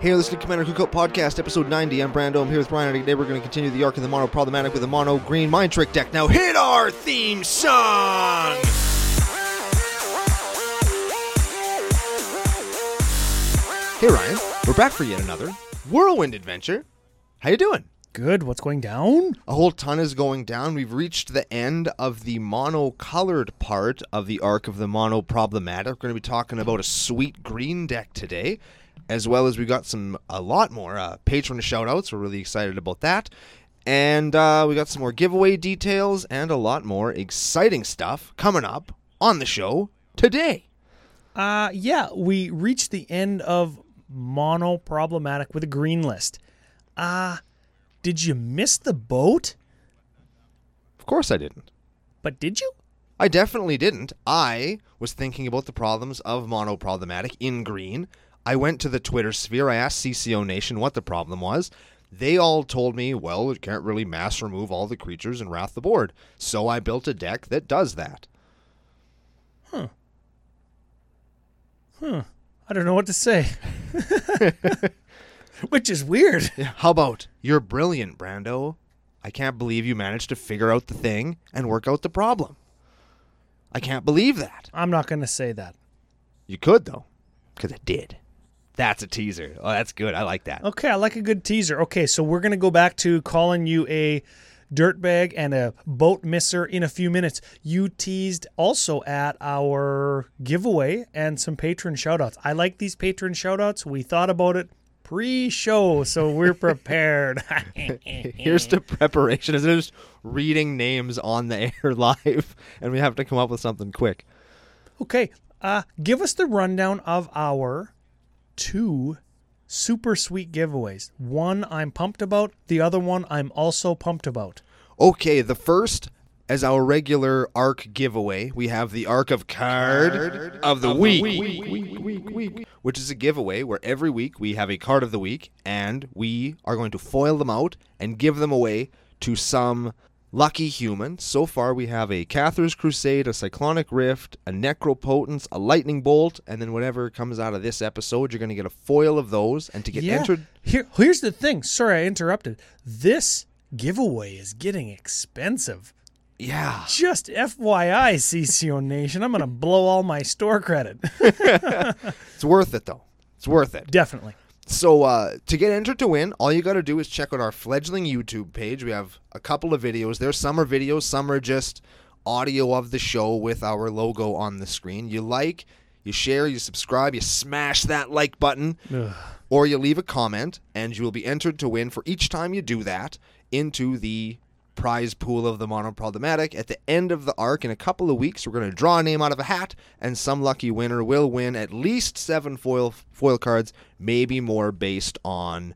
Hey, you're listening to Commander Cookout Podcast, Episode 90. I'm Brando. I'm here with Ryan, and today we're going to continue the arc of the Mono Problematic with a Mono Green Mind Trick deck. Now hit our theme song! Hey, Ryan. We're back for yet another whirlwind adventure. How you doing? Good. What's going down? a whole ton is going down. We've reached the end of the mono-colored part of the arc of the mono problematic. We're going to be talking about a sweet green deck today, as well as we got some a lot more uh, patron shout-outs. We're really excited about that. And uh, we got some more giveaway details and a lot more exciting stuff coming up on the show today. Uh yeah, we reached the end of mono problematic with a green list. Uh did you miss the boat? Of course, I didn't. But did you? I definitely didn't. I was thinking about the problems of monoproblematic in green. I went to the Twitter sphere. I asked CCO Nation what the problem was. They all told me, well, it can't really mass remove all the creatures and wrath the board. So I built a deck that does that. I don't know what to say. Which is weird. How about you're brilliant, Brando? I can't believe you managed to figure out the thing and work out the problem. I can't believe that. I'm not going to say that. You could, though, because it did. That's a teaser. Oh, that's good. I like that. Okay, I like a good teaser. Okay, so we're going to go back to calling you a dirtbag and a boat misser in a few minutes. You teased also at our giveaway and some patron shoutouts. I like these patron shoutouts. We thought about it pre-show, so we're prepared. Here's the preparation. Instead of just reading names on the air live, and we have to come up with something quick. okay, uh give us the rundown of our two super sweet giveaways. One I'm pumped about, the other one I'm also pumped about. Okay, the first, as our regular arc giveaway, we have the arc of card, of the, week, which is a giveaway where every week we have a card of the week, and we are going to foil them out and give them away to some lucky human. So far, we have a Cather's Crusade, a Cyclonic Rift, a Necropotence, a Lightning Bolt, and then whatever comes out of this episode, you're going to get a foil of those. And to get entered, Here, here's the thing. Sorry, I interrupted. This giveaway is getting expensive. yeah. Just FYI, CCO Nation, I'm gonna blow all my store credit. It's worth it, though. It's worth it. Definitely. So uh, to get entered to win, all you got to do is check out our fledgling YouTube page. We have a couple of videos there. Some are videos, some are just audio of the show with our logo on the screen. You like, you share, you subscribe, you smash that like button, or you leave a comment, and you will be entered to win for each time you do that into the prize pool of the monoproblematic. At the end of the arc, in a couple of weeks, we're going to draw a name out of a hat, and some lucky winner will win at least seven foil foil cards, maybe more, based on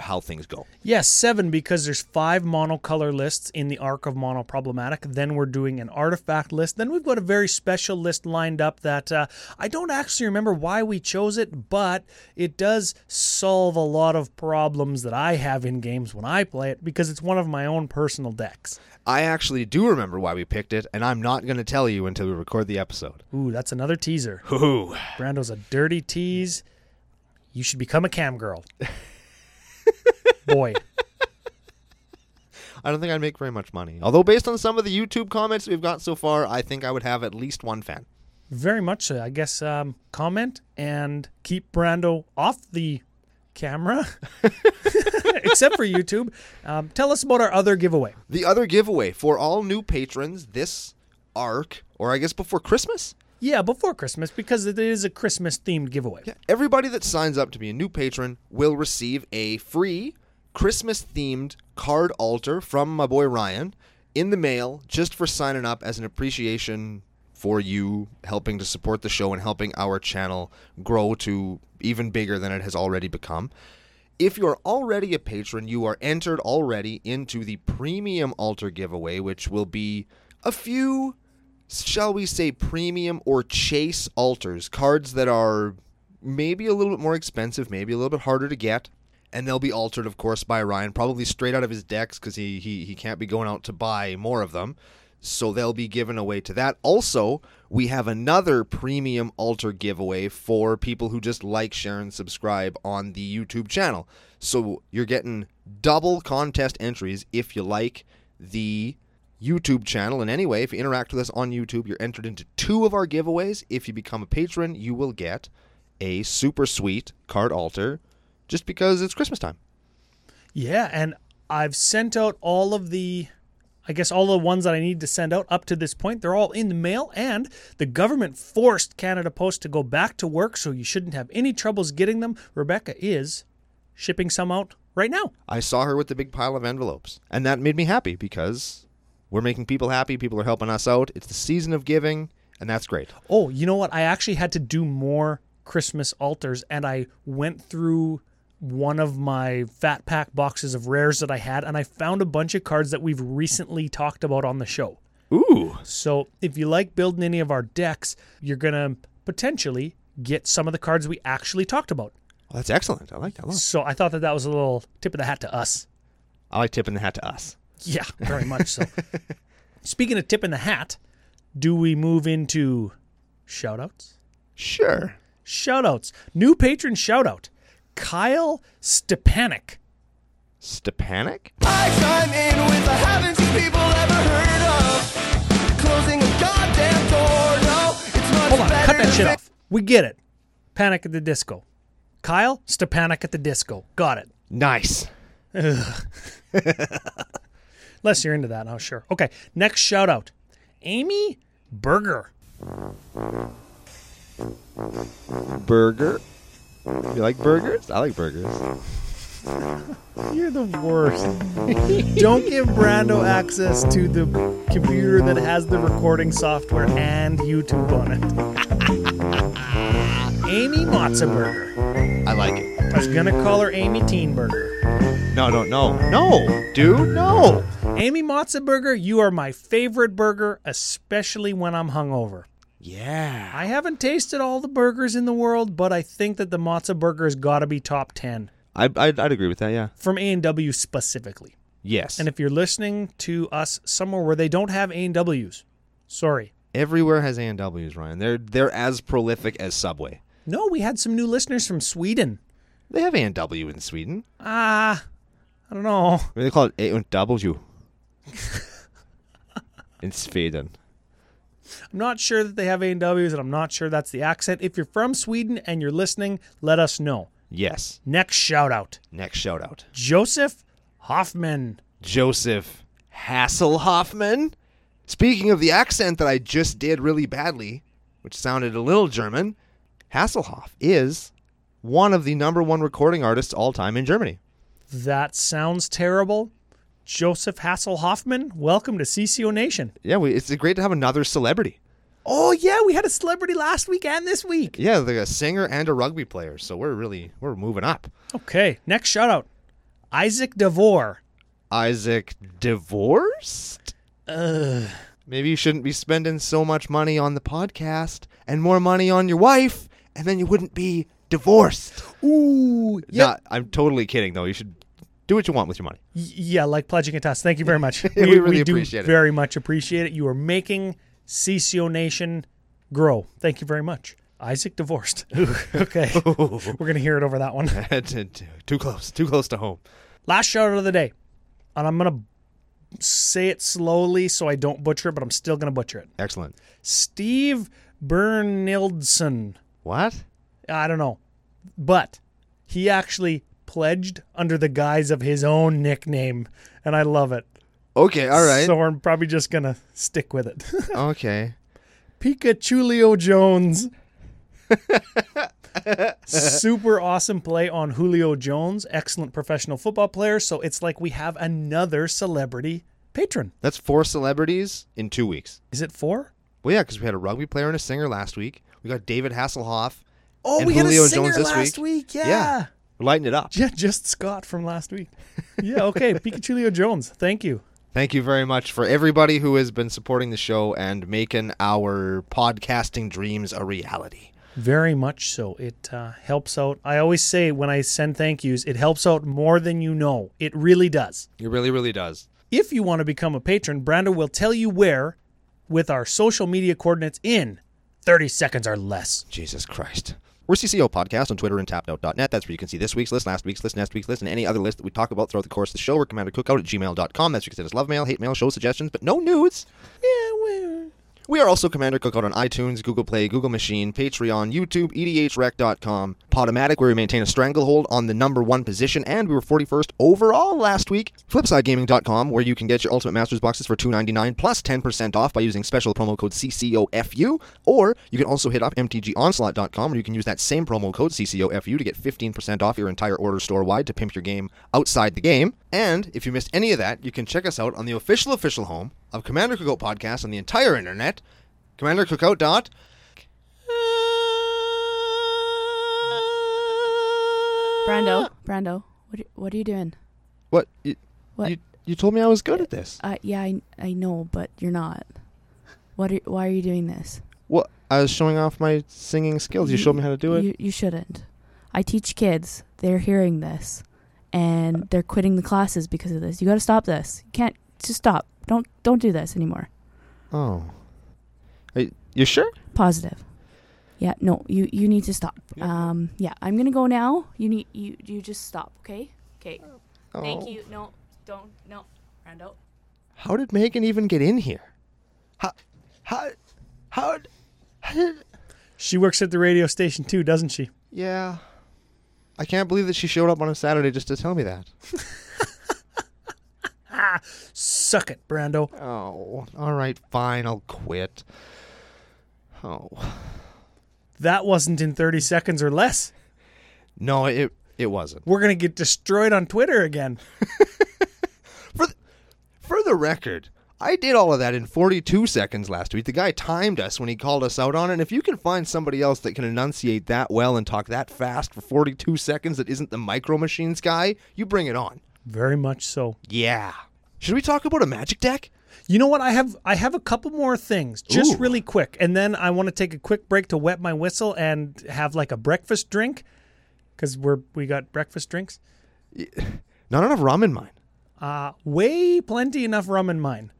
how things go. Yes, seven because there's five monocolor lists in the arc of mono problematic. Then we're doing an artifact list. Then we've got a very special list lined up that uh, I don't actually remember why we chose it, but it does solve a lot of problems that I have in games when I play it because it's one of my own personal decks. I actually do remember why we picked it, and I'm not going to tell you until we record the episode. Ooh, that's another teaser. Hoo! Brando's a dirty tease. You should become a cam girl. Boy, I don't think I'd make very much money. Although, based on some of the YouTube comments we've got so far, I think I would have at least one fan. very much so. I guess um, comment and keep Brando off the camera, except for YouTube. Um, tell us about our other giveaway. The other giveaway for all new patrons this arc, or I guess before Christmas? Yeah, before Christmas because it is a Christmas themed giveaway. Yeah, everybody that signs up to be a new patron will receive a free Christmas themed card altar from my boy Ryan in the mail just for signing up as an appreciation for you helping to support the show and helping our channel grow to even bigger than it has already become. If you're already a patron, you are entered already into the premium altar giveaway, which will be a few, shall we say, premium or chase altars, cards that are maybe a little bit more expensive, maybe a little bit harder to get. And they'll be altered, of course, by Ryan, probably straight out of his decks because he, he, he can't be going out to buy more of them. So they'll be given away to that. Also, we have another premium altar giveaway for people who just like, share, and subscribe on the YouTube channel. So you're getting double contest entries if you like the YouTube channel in any way. If you interact with us on YouTube, you're entered into two of our giveaways. If you become a patron, you will get a super sweet card altar just because it's Christmas time. Yeah, and I've sent out all of the I guess all the ones that I need to send out up to this point, they're all in the mail and the government forced Canada Post to go back to work, so you shouldn't have any troubles getting them. Rebecca is shipping some out right now. I saw her with the big pile of envelopes, and that made me happy because we're making people happy. People are helping us out. It's the season of giving, and that's great. Oh, you know what? I actually had to do more Christmas altars, and I went through one of my fat pack boxes of rares that I had, and I found a bunch of cards that we've recently talked about on the show. Ooh. So if you like building any of our decks, you're going to potentially get some of the cards we actually talked about. that's excellent. I like that a lot. So I thought that that was a little tip of the hat to us. I like tipping the hat to us. Yeah, very much so. Speaking of tip in the hat, do we move into shout outs? Sure. Shout outs. New patron shout out Kyle Stepanek. Stepanic? I chime in with I haven't seen people ever heard of. Closing a goddamn door, no, it's much Hold on, better cut that to shit fa- off. We get it. Panic at the disco. Kyle Stepanek at the disco. Got it. Nice. Unless you're into that now, sure. Okay, next shout out Amy Berger. Burger. You like burgers? I like burgers. You're the worst. Don't give Brando access to the computer that has the recording software and YouTube on it. Amy Motzenberger. I like it. I was gonna call her Amy Teenberger. No, no, no. No, dude, no. Amy Motzenberger, you are my favorite burger, especially when I'm hungover. Yeah. I haven't tasted all the burgers in the world, but I think that the matzo burger has got to be top 10 I, I'd, I'd agree with that, yeah. from A&W specifically. Yes. And if you're listening to us somewhere where they don't have A&Ws, sorry. Everywhere has A&Ws, Ryan. They're, they're as prolific as Subway. No, we had some new listeners from Sweden. They have A&W in Sweden. Ah, I don't know. I mean, they call it A&W. in Sweden. I'm not sure that they have A&Ws and I'm not sure that's the accent. If you're from Sweden and you're listening, let us know. Yes. Next shout out, Next shout out. Joseph Hoffman. Joseph Hasselhoffman. Speaking of the accent that I just did really badly, which sounded a little German, Hasselhoff is one of the number one recording artists all time in Germany. That sounds terrible. Joseph Hassel Hoffman, welcome to CCO Nation. Yeah, we, it's great to have another celebrity. Oh yeah, we had a celebrity last week and this week. Yeah, like a singer and a rugby player. So we're really we're moving up. Okay, next shout out, Isaac Devore. Isaac divorced. Maybe you shouldn't be spending so much money on the podcast and more money on your wife, and then you wouldn't be divorced. Ooh, Yeah, I'm totally kidding though. You should do what you want with your money. yeah, like pledging it to us. Thank you very much. We really do appreciate it. Very much appreciate it. You are making CCO Nation grow. Thank you very much. Isaac divorced. Ooh, okay, we're gonna hear it over that one. too close, too close to home. Last shout out of the day, and I'm gonna say it slowly so I don't butcher it, but I'm still gonna butcher it. Excellent. Steve Bernildson. What? I don't know. But he actually pledged under the guise of his own nickname, and I love it. Okay, all right. So I'm probably just going to stick with it. okay. Pikachulio Jones. Super awesome play on Julio Jones. Excellent professional football player. So it's like we have another celebrity patron. That's four celebrities in two weeks. Is it four? Well, yeah, because we had a rugby player and a singer last week. We got David Hasselhoff. Oh, And we Julio had a singer Jones this last week. yeah. Yeah. We're lighting it up. Yeah, just Scott from last week. Yeah, okay. Pikachulio Jones. Thank you. Thank you very much for everybody who has been supporting the show and making our podcasting dreams a reality. Very much so. It uh, helps out. I always say when I send thank yous, it helps out more than you know. It really does. It really, really does. If you want to become a patron, Brando will tell you where with our social media coordinates in 30 seconds or less. Jesus Christ. We're CCO Podcast on Twitter and tapnote.net. That's where you can see this week's list, last week's list, next week's list, and any other list that we talk about throughout the course of the show. We're commandercookout at gmail.com. That's where you can send us love mail, hate mail, show suggestions, but no nudes. Yeah, well. We are also Commander Cookout on iTunes, Google Play, Google Machine, Patreon, YouTube, E EDHREC.com, Podomatic, where we maintain a stranglehold on the number one position, and we were 41st overall last week. FlipsideGaming.com, where you can get your Ultimate Masters boxes for $2.99 plus 10% off by using special promo code CCOFU, or you can also hit up MTGOnslaught.com, where you can use that same promo code CCOFU to get 15% off your entire order store wide to pimp your game outside the game. And if you missed any of that, you can check us out on the official, official home of Commander Cookout Podcast on the entire internet, CommanderCookout dot Brando, Brando, what are, what are you doing? What? You, What? You, you told me I was good at this. Uh, yeah, I, I know, but you're not. What? Are, why are you doing this? What? I was showing off my singing skills. You showed me how to do it. You, you shouldn't. I teach kids. They're hearing this, and they're quitting the classes because of this. You got to stop this. You can't just stop. Don't don't do this anymore. oh. Are you, you sure? Positive. Yeah. No. You you need to stop. Um. Yeah. I'm gonna go now. You need you you just stop. Okay. Okay. Oh. Thank you. No. Don't. No. Brando. How did Megan even get in here? How? How? How? how did, She works at the radio station too, doesn't she? yeah. I can't believe that she showed up on a Saturday just to tell me that. Suck it, Brando. Oh, all right, fine, I'll quit. Oh. That wasn't in 30 seconds or less. No, it it wasn't. We're going to get destroyed on Twitter again. For the record, I did all of that in 42 seconds last week. The guy timed us when he called us out on it. And if you can find somebody else that can enunciate that well and talk that fast for 42 seconds that isn't the Micro Machines guy, you bring it on. Very much so. Yeah. Should we talk about a magic deck? You know what? I have I have a couple more things, just Ooh. really quick, and then I want to take a quick break to wet my whistle and have like a breakfast drink, because we're we got breakfast drinks. Not enough rum in mine. Uh, way plenty enough rum in mine.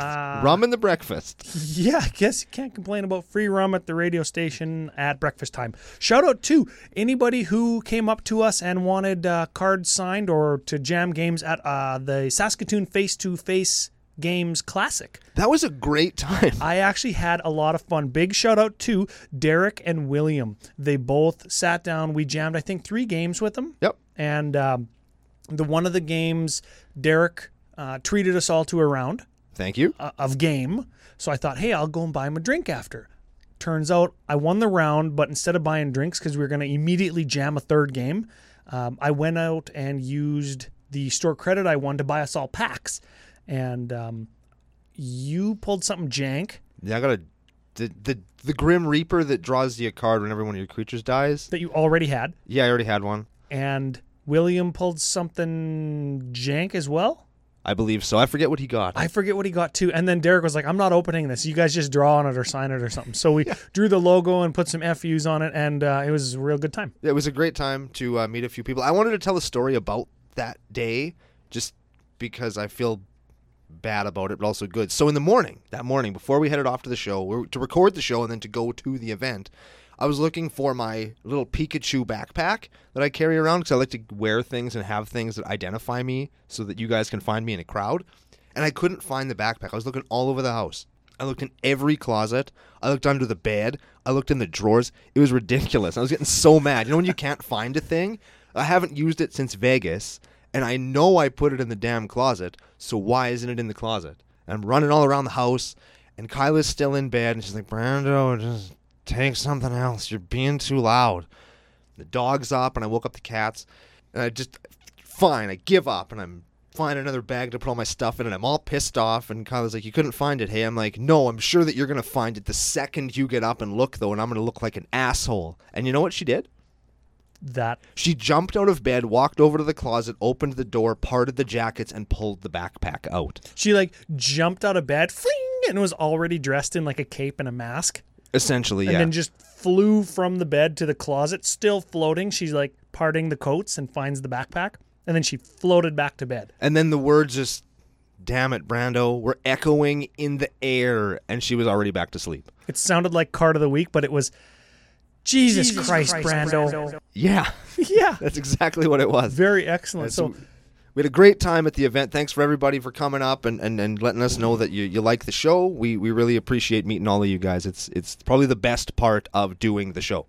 rum in the breakfast. Yeah, I guess you can't complain about free rum at the radio station at breakfast time. Shout out to anybody who came up to us and wanted uh, cards signed or to jam games at uh, the Saskatoon Face to Face Games Classic. That was a great time. I actually had a lot of fun. Big shout out to Derek and William. They both sat down. We jammed, I think, three games with them. Yep. And um, the one of the games, Derek uh, treated us all to a round Thank you. uh, of game. So I thought, hey, I'll go and buy him a drink after. Turns out I won the round, but instead of buying drinks because we were going to immediately jam a third game, um, I went out and used the store credit I won to buy us all packs. And um, you pulled something jank Yeah, I got a the, the the Grim Reaper that draws you a card whenever one of your creatures dies. that you already had, Yeah, I already had one. and William pulled something jank as well. I believe so. I forget what he got. I forget what he got too. And then Derek was like, "I'm not opening this. You guys just draw on it or sign it or something." So we drew the logo and put some FUs on it, and uh, it was a real good time. It was a great time to uh, meet a few people. I wanted to tell a story about that day just because I feel bad about it, but also good. So, in the morning, that morning, before we headed off to the show, we were- to record the show and then to go to the event, I was looking for my little Pikachu backpack that I carry around because I like to wear things and have things that identify me so that you guys can find me in a crowd. And I couldn't find the backpack. I was looking all over the house. I looked in every closet. I looked under the bed. I looked in the drawers. It was ridiculous. I was getting so mad. You know when you can't find a thing? I haven't used it since Vegas, and I know I put it in the damn closet. So why isn't it in the closet? And I'm running all around the house, and Kyla's still in bed, and she's like, "Brando, just take something else. You're being too loud." The dog's up, and I woke up the cats, and I just fine. I give up, and I'm find another bag to put all my stuff in, and I'm all pissed off. And Kyla's like, "You couldn't find it, hey?" I'm like, "No, I'm sure that you're gonna find it the second you get up and look, though, and I'm gonna look like an asshole." And you know what she did? That She jumped out of bed, walked over to the closet, opened the door, parted the jackets, and pulled the backpack out. she like jumped out of bed, fling, and was already dressed in like a cape and a mask, Essentially, and yeah. then just flew from the bed to the closet, still floating. She's like parting the coats and finds the backpack, and then she floated back to bed. and then the words just damn it, Brando, we're echoing in the air. And she was already back to sleep. It sounded like card of the week, but it was Jesus, Christ, Brando. Yeah, Yeah, that's exactly what it was. very excellent. So So we had a great time at the event. Thanks for everybody for coming up and, and, and letting us know that you, you like the show. We we really appreciate meeting all of you guys. It's it's probably the best part of doing the show.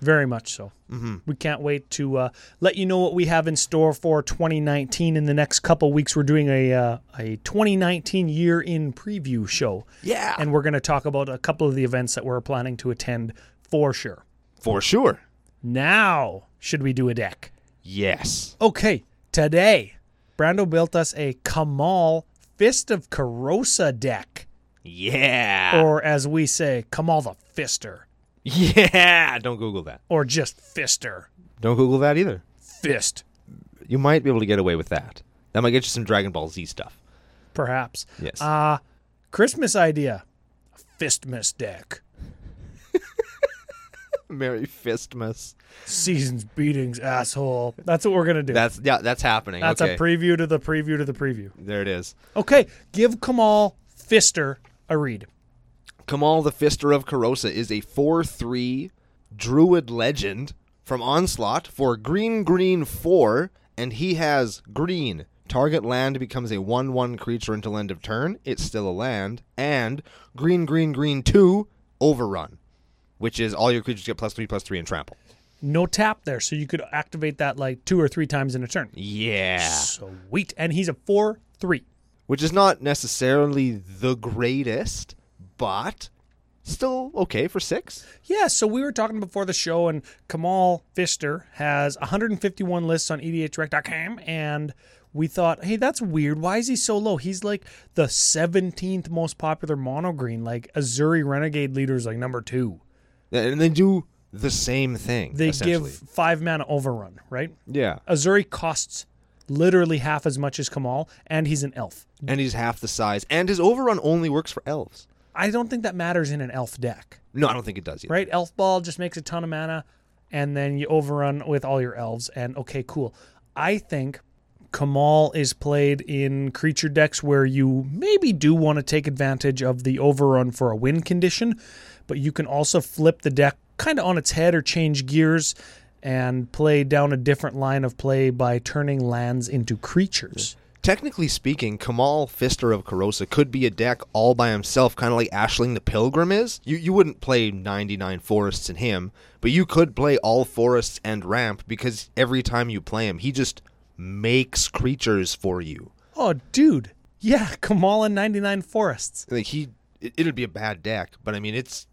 very much so. Mm-hmm. We can't wait to uh, let you know what we have in store for 2019. In the next couple weeks, we're doing a uh, a 2019 year in preview show. Yeah. and we're going to talk about a couple of the events that we're planning to attend for sure. For sure. Now, should we do a deck? Yes. Okay, today, Brando built us a Kamal Fist of Carosa deck, Yeah. or as we say, Kamal the Fister, yeah. Don't Google that. or just Fister. Don't Google that either. Fist, You might be able to get away with that. That might get you some Dragon Ball Z stuff. perhaps. Yes. Uh, Christmas idea Fistmas deck. Merry Fistmas. Seasons beatings, asshole. That's what we're going to do. That's yeah, that's happening. That's okay. a preview to the preview to the preview. there it is. Okay, give Kamal Fister a read. Kamal the Fister of Carosa is a 4 3 druid legend from Onslaught for green, green 4, and he has green. Target land becomes a 1 1 creature until end of turn. It's still a land. And green, green, green 2, overrun, which is all your creatures get plus 3, plus 3 and trample. No tap there, so you could activate that like two or three times in a turn. Yeah. Sweet. And he's a 4 3. Which is not necessarily the greatest, but still okay for 6. Yeah, so we were talking before the show, and Kamal Fister has 151 lists on E edhrec.com, and we thought, hey, that's weird. Why is he so low? He's like the 17th most popular mono green. Like Azuri Renegade leaders, like number two. And they do the same thing. They essentially. give five mana overrun, right? Yeah. Azuri costs literally half as much as Kamal, and he's an elf. and he's half the size, and his overrun only works for elves. I don't think that matters in an elf deck, No, I don't think it does either. right? Elf ball just makes a ton of mana, and then you overrun with all your elves, and okay, cool. I think Kamal is played in creature decks where you maybe do want to take advantage of the overrun for a win condition, but you can also flip the deck kind of on its head or change gears and play down a different line of play by turning lands into creatures. Technically speaking, Kamal Fister of Carosa could be a deck all by himself, kind of like Ashling the Pilgrim is. You you wouldn't play 99 forests in him, but you could play all forests and ramp because every time you play him, he just makes creatures for you. Oh, dude. Yeah, Kamala 99 Forests. Like he, it, it'd be a bad deck, but I mean it's,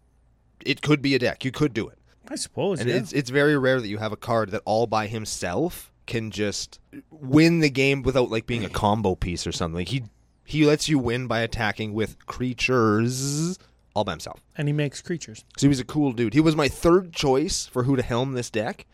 it could be a deck. You could do it. I suppose. And yeah. it's it's very rare that you have a card that all by himself can just win the game without like being a combo piece or something. Like he he lets you win by attacking with creatures all by himself. And he makes creatures. So he was a cool dude. He was my third choice for who to helm this deck.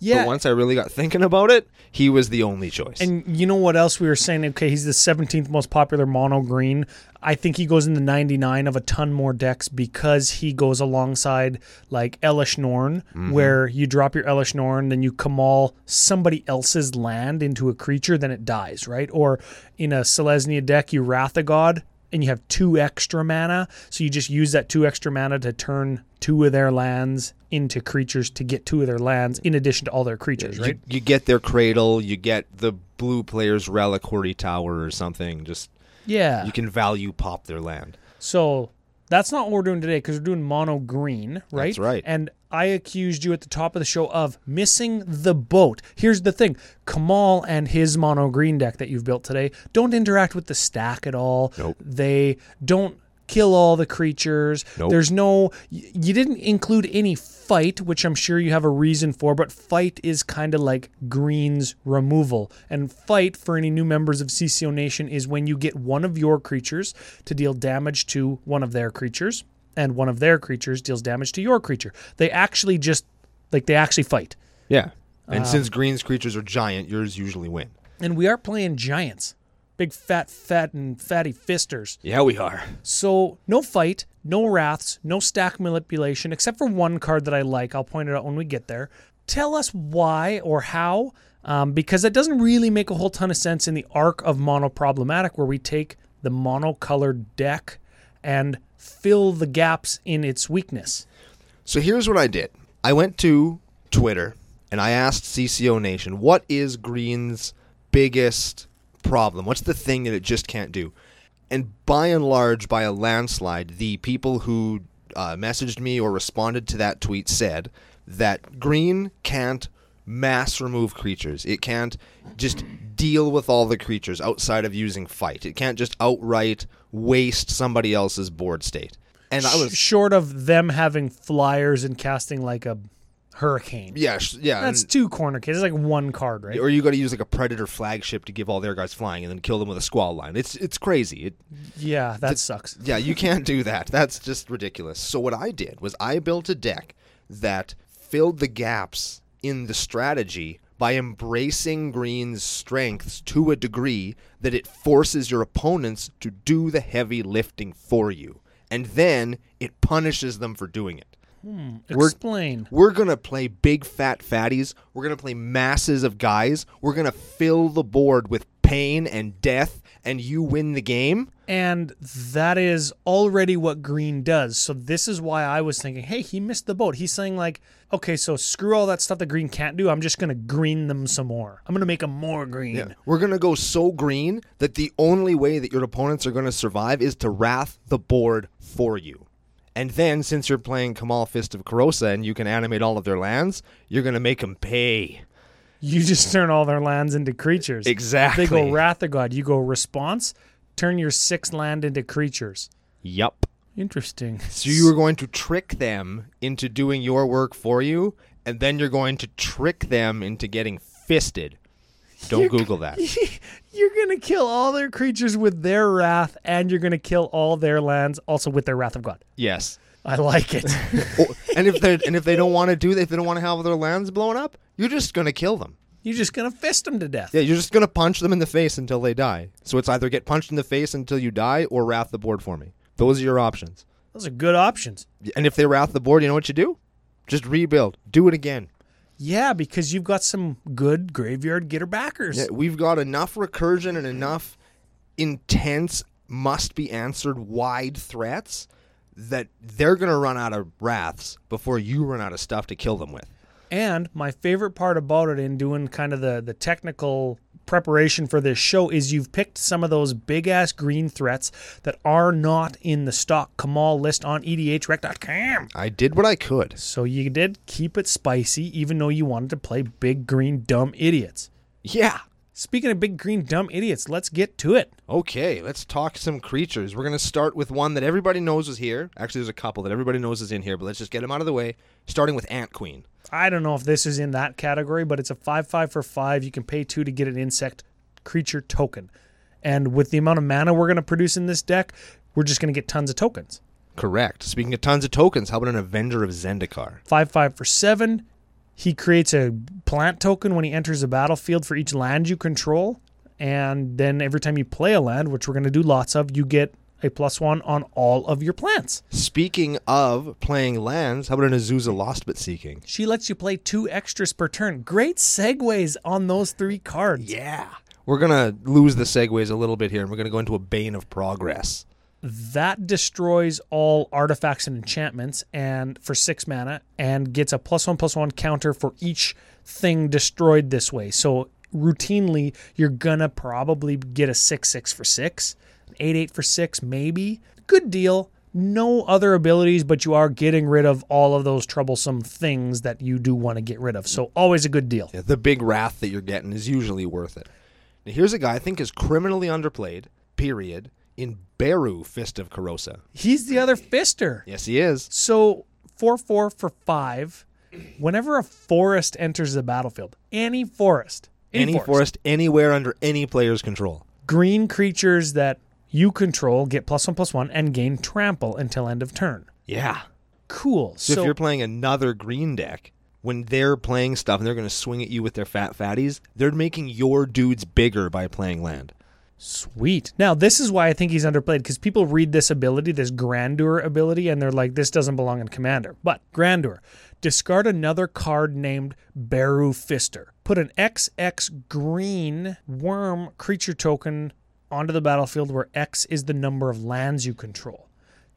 Yeah. But once I really got thinking about it, he was the only choice. and you know what else we were saying? Okay, he's the 17th most popular mono green. I think he goes in the 99 of a ton more decks because he goes alongside like Elish Norn, where you drop your Elish Norn, then you Kamal somebody else's land into a creature, then it dies, right? Or in a Selesnya deck, you Wrath a God and you have two extra mana. So you just use that two extra mana to turn two of their lands into creatures to get two of their lands in addition to all their creatures, you, right? you get their cradle, you get the blue player's reliquary tower or something. Just Yeah. you can value pop their land. So that's not what we're doing today because we're doing mono green, right? That's right. And I accused you at the top of the show of missing the boat. Here's the thing Kamal and his mono green deck that you've built today don't interact with the stack at all. Nope. They don't kill all the creatures. Nope. There's no, y- you didn't include any fight, which I'm sure you have a reason for, but fight is kind of like green's removal. And fight for any new members of CCO Nation is when you get one of your creatures to deal damage to one of their creatures, and one of their creatures deals damage to your creature. They actually just, like, they actually fight. Yeah. And since Green's creatures are giant, yours usually win. And we are playing giants. Big fat, fat, and fatty fisters. Yeah, we are. So no fight, no wraths, no stack manipulation, except for one card that I like. I'll point it out when we get there. Tell us why or how, um, because that doesn't really make a whole ton of sense in the arc of mono problematic, where we take the monocolored deck and fill the gaps in its weakness. So here's what I did. I went to Twitter and I asked CCO Nation, what is Green's biggest problem? What's the thing that it just can't do? And by and large, by a landslide, the people who uh, messaged me or responded to that tweet said that Green can't mass remove creatures. It can't just deal with all the creatures outside of using fight. It can't just outright waste somebody else's board state. And I was Sh- short of them having flyers and casting like a hurricane. Yeah, sh- yeah. That's and- two corner cases. It's like one card, right? or you got to use like a predator flagship to give all their guys flying and then kill them with a squall line. It's it's crazy. It, yeah, that sucks. yeah, you can't do that. That's just ridiculous. So what I did was I built a deck that filled the gaps in the strategy by embracing Green's strengths to a degree that it forces your opponents to do the heavy lifting for you. And then it punishes them for doing it. we're- Explain. We're going to play big fat fatties. We're going to play masses of guys. We're going to fill the board with pain and death, and you win the game. And that is already what Green does. So this is why I was thinking, hey, he missed the boat. He's saying like, okay, so screw all that stuff that Green can't do. I'm just gonna green them some more. I'm gonna make them more green. We're going to go so green that the only way that your opponents are going to survive is to wrath the board for you. And then, since you're playing Kamal Fist of Carosa and you can animate all of their lands, you're going to make them pay. You just turn all their lands into creatures. Exactly. They go Wrath of God. You go Response. Turn your six land into creatures. Yup. Interesting. So you are going to trick them into doing your work for you, and then you're going to trick them into getting fisted. Don't Google that. You're gonna kill all their creatures with their wrath, and you're gonna kill all their lands also with their wrath of God. Yes. I like it. Oh, and if they and if they don't want to do that, if they don't want to have their lands blown up, you're just going to kill them. you're just gonna fist them to death. Yeah, you're just going to punch them in the face until they die. So it's either get punched in the face until you die or wrath the board for me. Those are your options. Those are good options. And if they wrath the board, you know what you do? Just rebuild. Do it again. Yeah, because you've got some good graveyard getter backers. Yeah, we've got enough recursion and enough intense, must be answered wide threats that they're going to run out of wraths before you run out of stuff to kill them with. And my favorite part about it in doing kind of the, the technical preparation for this show is you've picked some of those big ass green threats that are not in the stock Kamal list on E edhrec.com. I did what I could. So you did keep it spicy, even though you wanted to play big green dumb idiots. Yeah. Speaking of big green dumb idiots, let's get to it. Okay, let's talk some creatures. We're going to start with one that everybody knows is here. Actually, there's a couple that everybody knows is in here, but let's just get them out of the way, starting with Ant Queen. I don't know if this is in that category, but it's a 5 5 for 5. You can pay 2 to get an insect creature token. And with the amount of mana we're going to produce in this deck, we're just going to get tons of tokens. Correct. Speaking of tons of tokens, how about an Avenger of Zendikar? 5 5 for 7. He creates a plant token when he enters the battlefield for each land you control. And then every time you play a land, which we're going to do lots of, you get a plus 1 on all of your plants. Speaking of playing lands, how about an Azusa Lost But Seeking? She lets you play two extras per turn. Great segues on those three cards. Yeah. We're going to lose the segues a little bit here, and we're going to go into a bane of progress. that destroys all artifacts and enchantments and for six mana and gets a plus one plus one counter for each thing destroyed this way so routinely you're gonna probably get a six six for six eight eight for six maybe good deal no other abilities but you are getting rid of all of those troublesome things that you do want to get rid of so always a good deal Yeah, the big wrath that you're getting is usually worth it. Now, here's a guy I think is criminally underplayed, period, in Beru Fist of Carosa. he's the other fister Yes, he is. So four four for five. Whenever a forest enters the battlefield, any forest, any, Any forest. forest, anywhere under any player's control. green creatures that you control get plus one plus one and gain trample until end of turn. Yeah. Cool. So, So, if you're playing another green deck, when they're playing stuff and they're going to swing at you with their fat fatties, they're making your dudes bigger by playing land. sweet. Now this is why I think he's underplayed because people read this ability, this grandeur ability, and they're like, this doesn't belong in commander. But grandeur, discard another card named Beru Fister. Put an XX green worm creature token onto the battlefield where X is the number of lands you control.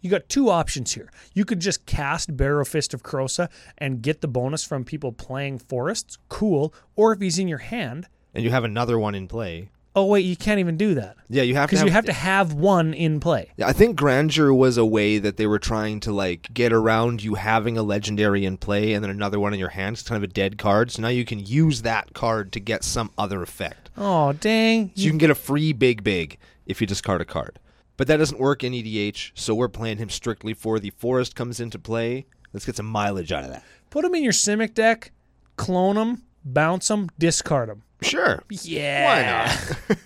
You got two options here. You could just cast Barrow Fist of Crosa and get the bonus from people playing forests. Cool. Or if he's in your hand, and you have another one in play. oh wait, you can't even do that Yeah, you have to. because you have to have one in play. Yeah, I think grandeur was a way that they were trying to like get around you having a legendary in play and then another one in your hand. It's kind of a dead card, so now you can use that card to get some other effect. Oh dang! So you can get a free big big if you discard a card. But that doesn't work in EDH, so we're playing him strictly for the forest comes into play. Let's get some mileage out of that. Put him in your Simic deck, clone him, bounce him, discard him. Sure. Yeah. Why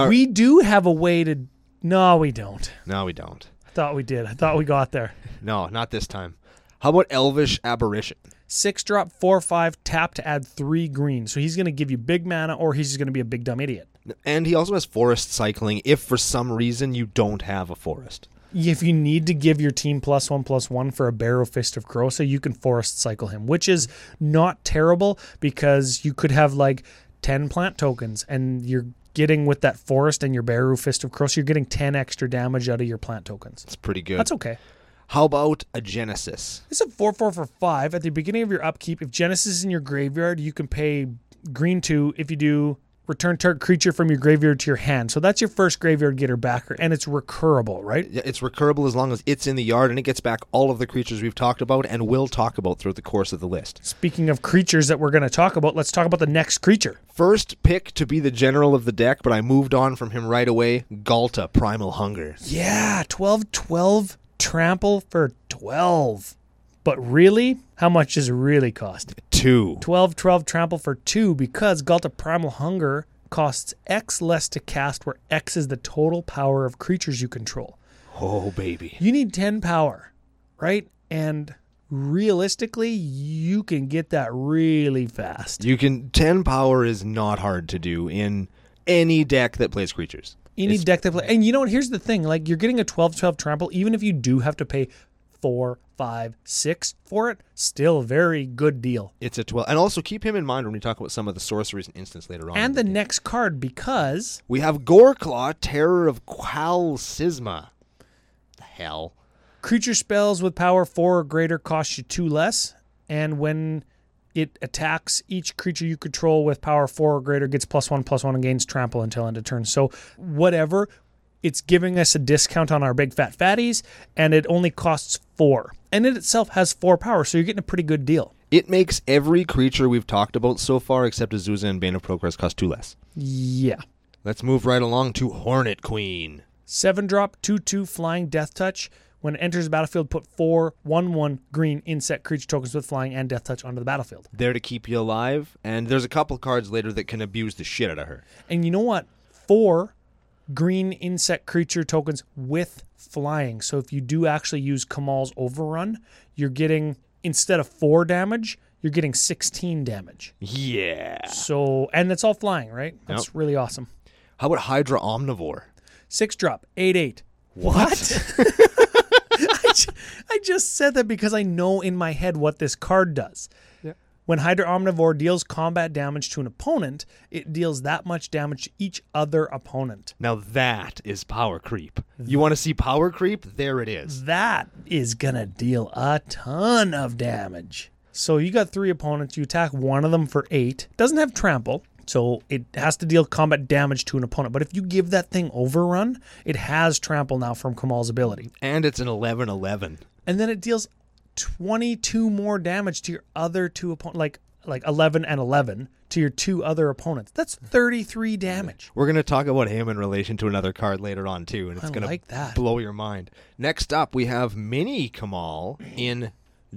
All We do have a way to. No, we don't. not? No, we don't. I thought we did. I thought we got there. No, not this time. How about Elvish Aberration? Six drop, four, five, tap to add three green. So he's going to give you big mana or he's just going to be a big dumb idiot. And he also has forest cycling if for some reason you don't have a forest. If you need to give your team plus one, plus one for a Barrow Fist of Grossa, you can forest cycle him, which is not terrible because you could have like 10 plant tokens and you're getting with that forest and your Barrow Fist of Grossa, you're getting 10 extra damage out of your plant tokens. It's pretty good. That's okay. How about a Genesis? It's a 4 4 for 5. At the beginning of your upkeep, if Genesis is in your graveyard, you can pay green 2 if you do return target creature from your graveyard to your hand. So that's your first graveyard getter backer, and it's recurable, right? Yeah, It's recurable as long as it's in the yard and it gets back all of the creatures we've talked about and will talk about throughout the course of the list. Speaking of creatures that we're going to talk about, let's talk about the next creature. First pick to be the general of the deck, but I moved on from him right away Galta, Primal Hunger. Yeah, 12 12 trample for 12. But really, how much does it really cost? Two. 12 12 trample for 2 because Galta Primal Hunger costs X less to cast, where X is the total power of creatures you control. Oh, baby. You need 10 power, right? And realistically, you can get that really fast. You can. 10 power is not hard to do in any deck that plays creatures. Any deck that play. And you know what? Here's the thing like, you're getting a 12 12 trample, even if you do have to pay four, five, six for it, still very good deal. It's a 12. And also keep him in mind when we talk about some of the sorceries and instants later on. in And the game. next card, because We have Goreclaw, Terror of Qual Sisma. The hell. Creature spells with power four or greater cost you two less, and when it attacks, each creature you control with power four or greater gets plus one plus one and gains trample until end of turn. So whatever, it's giving us a discount on our big fat fatties, and it only costs four. And it itself has four power, so you're getting a pretty good deal. It makes every creature we've talked about so far, except Azusa and Bane of Progress, cost two less. Yeah. Let's move right along to Hornet Queen. Seven drop, two two flying death touch. When it enters the battlefield, put four one one green insect creature tokens with flying and death touch onto the battlefield. There to keep you alive, and there's a couple cards later that can abuse the shit out of her. And you know what? Four green insect creature tokens with flying. So if you do actually use Kamal's overrun, you're getting instead of four damage, you're getting 16 damage. Yeah. So, and it's all flying, right? That's really awesome. How about Hydra Omnivore? Six drop, eight, eight. What? I, ju- I just said that because I know in my head what this card does. When Hydra Omnivore deals combat damage to an opponent, it deals that much damage to each other opponent. Now that is power creep. You want to see power creep? There it is. that is gonna deal a ton of damage. So you got three opponents, you attack one of them for eight. Doesn't have trample, so it has to deal combat damage to an opponent. But if you give that thing overrun, it has trample now from Kamal's ability. And it's an 11 11. And then it deals 22 more damage to your other two opponents, like like 11 and 11 to your two other opponents. That's 33 damage. We're going to talk about him in relation to another card later on, too, and it's I going like to that. blow your mind. Next up, we have Mini Kamal in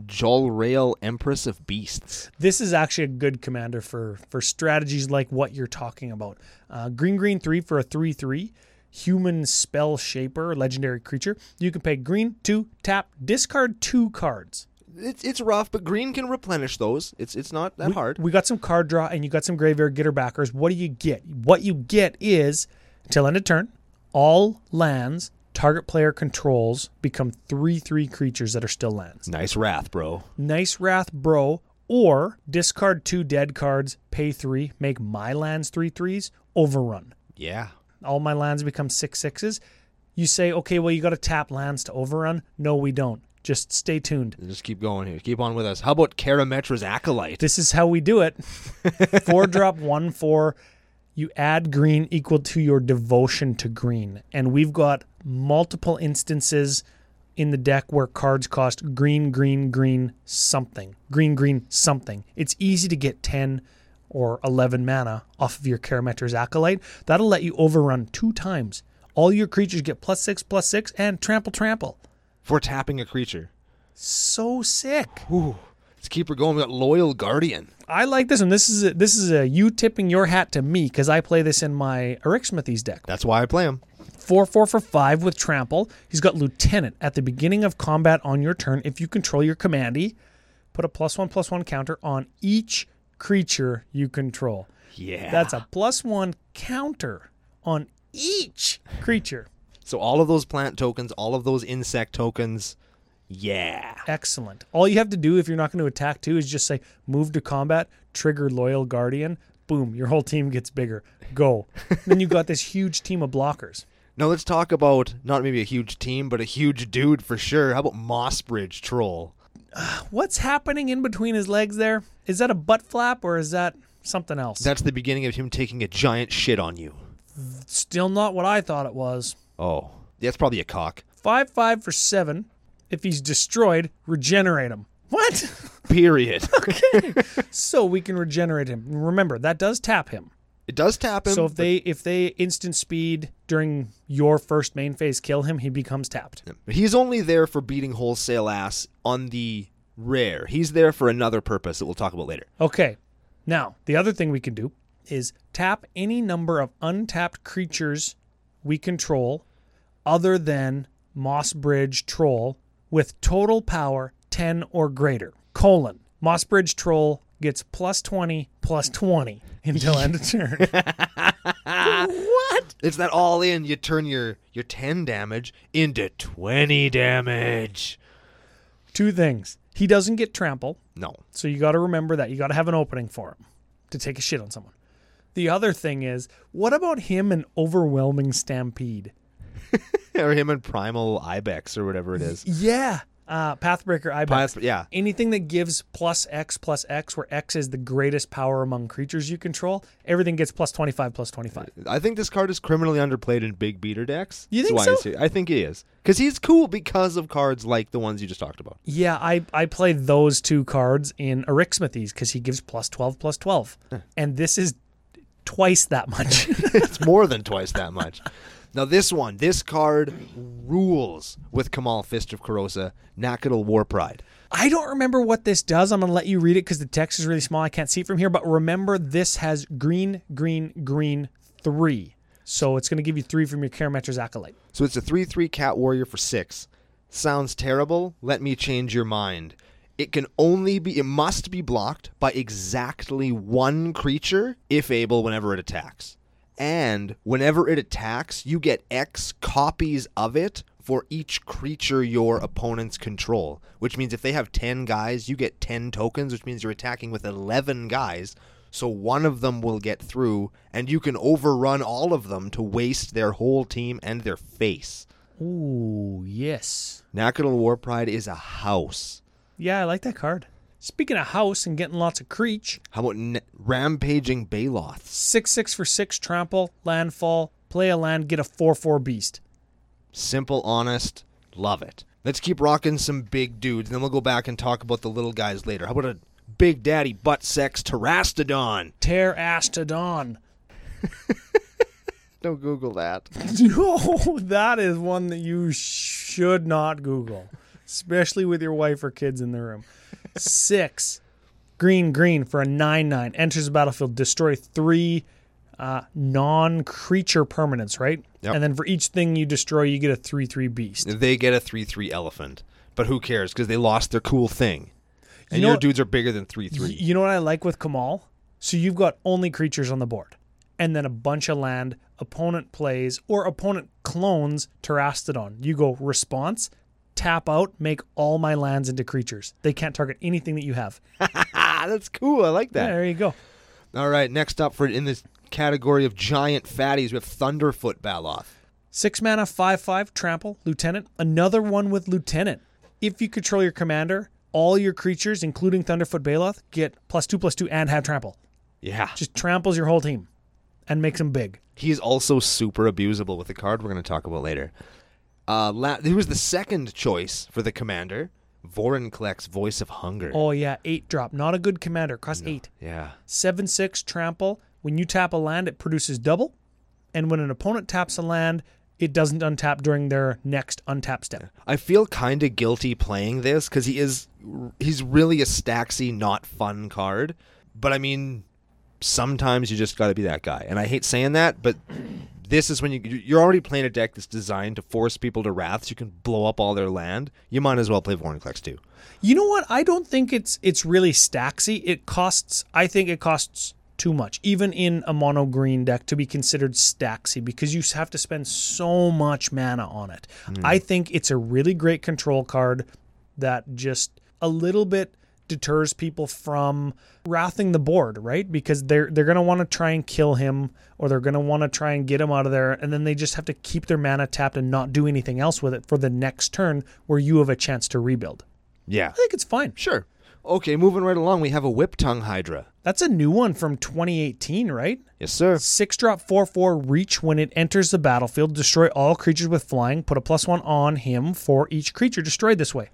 Jol Rail Empress of Beasts. this is actually a good commander for for strategies like what you're talking about. Uh, green green three for a three three human spell shaper legendary creature. You can pay green two tap discard two cards. It's, it's rough, but green can replenish those. It's, it's not that hard. We got some card draw and you got some graveyard getter backers. What do you get? What you get is until end of turn, all lands target player controls become three three creatures that are still lands. Nice wrath, bro. Nice Wrath Bro, or discard two dead cards, pay three, make my lands three threes, overrun. Yeah. all my lands become six sixes. You say, okay, well, you got to tap lands to overrun. No, we don't. Just stay tuned. Just keep going here. Keep on with us. How about Karametra's acolyte? This is how we do it. four drop one four. You add green equal to your devotion to green. And we've got multiple instances in the deck where cards cost green, green, green, something. Green, green, something. It's easy to get 10 or 11 mana off of your Karametra's Acolyte. That'll let you overrun two times. All your creatures get plus six, plus six, and trample, trample. For tapping a creature. So sick. Ooh. Let's keep her going. We got Loyal Guardian. I like this one. This is a, this is a you tipping your hat to me because I play this in my Eric Smithies deck. That's why I play him. Four four for five with trample. He's got lieutenant at the beginning of combat on your turn. If you control your commandy, put a plus one plus one counter on each creature you control. Yeah. That's a plus one counter on each creature. So all of those plant tokens, all of those insect tokens. Yeah. Excellent. All you have to do if you're not going to attack too is just say move to combat, trigger loyal guardian, boom, your whole team gets bigger. Go. then you got this huge team of blockers. Now let's talk about not maybe a huge team, but a huge dude for sure. How about Mossbridge Troll? What's happening in between his legs there? Is that a butt flap or is that something else? That's the beginning of him taking a giant shit on you. Still not what I thought it was. Oh. That's probably a cock. 5 5 for 7. If he's destroyed, regenerate him. What? Period. so we can regenerate him. Remember, that does tap him. it does tap him. So if they if they instant speed during your first main phase kill him, he becomes tapped. But he's only there for beating wholesale ass on the rare. He's there for another purpose that we'll talk about later. Okay. Now, the other thing we can do is tap any number of untapped creatures we control other than Moss Bridge Troll with total power 10 or greater. Colon. Moss Bridge Troll gets plus 20 plus 20 until end of turn. It's that all in. You turn your your ten damage into twenty damage. Two things. He doesn't get trample, No, So you got to remember that. You got to have an opening for him to take a shit on someone. The other thing is, what about him and overwhelming stampede? or him and primal ibex or whatever it is. Yeah. Uh, Pathbreaker Ibex. Path- yeah. Anything that gives plus X plus X, where X is the greatest power among creatures you control, everything gets plus 25 plus 25. I think this card is criminally underplayed in big beater decks. You That's think why so? he's here. I think he is because he's cool because of cards like the ones you just talked about. Yeah, I, I play those two cards in Erixmathes because he gives plus 12 plus 12. And this is twice that much. It's more than twice that much. Now this one, this card rules with Kamal Fist of Carosa, Nakadal War Pride. I don't remember what this does. I'm going to let you read it because the text is really small. I can't see it from here. But remember, this has green, green, green, three. So it's going to give you three from your Karametra's Acolyte. So it's a 3 3 Cat Warrior for 6. Sounds terrible. Let me change your mind. It can only be, it must be blocked by exactly one creature, if able, whenever it attacks. And whenever it attacks, you get X copies of it for each creature your opponents control. Which means if they have 10 guys, you get 10 tokens, which means you're attacking with 11 guys. So one of them will get through, and you can overrun all of them to waste their whole team and their face. Ooh, yes. Nakadal War Pride is a house. Yeah, I like that card. Speaking of house and getting lots of creech, How about n- rampaging Baloths? 6 6 for 6, trample, landfall, play a land, get a 4 4 beast. Simple, honest, love it. Let's keep rocking some big dudes, and then we'll go back and talk about the little guys later. How about a Big Daddy Butt Sex Terastodon? Tear Astodon. Don't Google that. No, that is one that you should not Google, especially with your wife or kids in the room. Six, green, green for a 9 9. Enters the battlefield, destroy three uh, non creature permanents, right? Yep. And then for each thing you destroy, you get a 3 3 beast. They get a 3 3 elephant, but who cares because they lost their cool thing. And know your what- dudes are bigger than 3 3. Y- You know what I like with Kamal? So you've got only creatures on the board, and then a bunch of land. Opponent plays or opponent clones Terastodon. You go response, tap out, make all my lands into creatures. They can't target anything that you have. Ah, that's cool. I like that. There you go. All right, next up for in this category of giant fatties, we have Thunderfoot Baloth. Six mana, five five, trample, lieutenant. Another one with lieutenant. If you control your commander, all your creatures, including Thunderfoot Baloth, get plus two plus two and have trample. Yeah. Just tramples your whole team, and makes them big. He's also super abusable with a card we're going to talk about later. Uh, la- he was the second choice for the commander, Vorinclex, Voice of Hunger. Oh yeah, eight drop. Not a good commander. Cost eight. Yeah. Seven six trample. When you tap a land, it produces double, and when an opponent taps a land, it doesn't untap during their next untap step. I feel kind of guilty playing this because he is he's really a stacksy, not fun card. But I mean, sometimes you just got to be that guy. And I hate saying that, but this is when you you're already playing a deck that's designed to force people to wrath. So you can blow up all their land. You might as well play Vornclex too. You know what? I don't think it's it's really stacksy. It costs. I think it costs too much, even in a mono green deck, to be considered stacksy because you have to spend so much mana on it. I think it's a really great control card that just a little bit deters people from wrathing the board, right? Because they're they're gonna want to try and kill him or they're gonna want to try and get him out of there, and then they just have to keep their mana tapped and not do anything else with it for the next turn where you have a chance to rebuild. Yeah, I think it's fine. sure. Okay, moving right along, we have a Whip Tongue Hydra. That's a new one from 2018, right? Yes, sir. Six drop, four four, reach when it enters the battlefield, destroy all creatures with flying, put a plus one on him for each creature destroyed this way.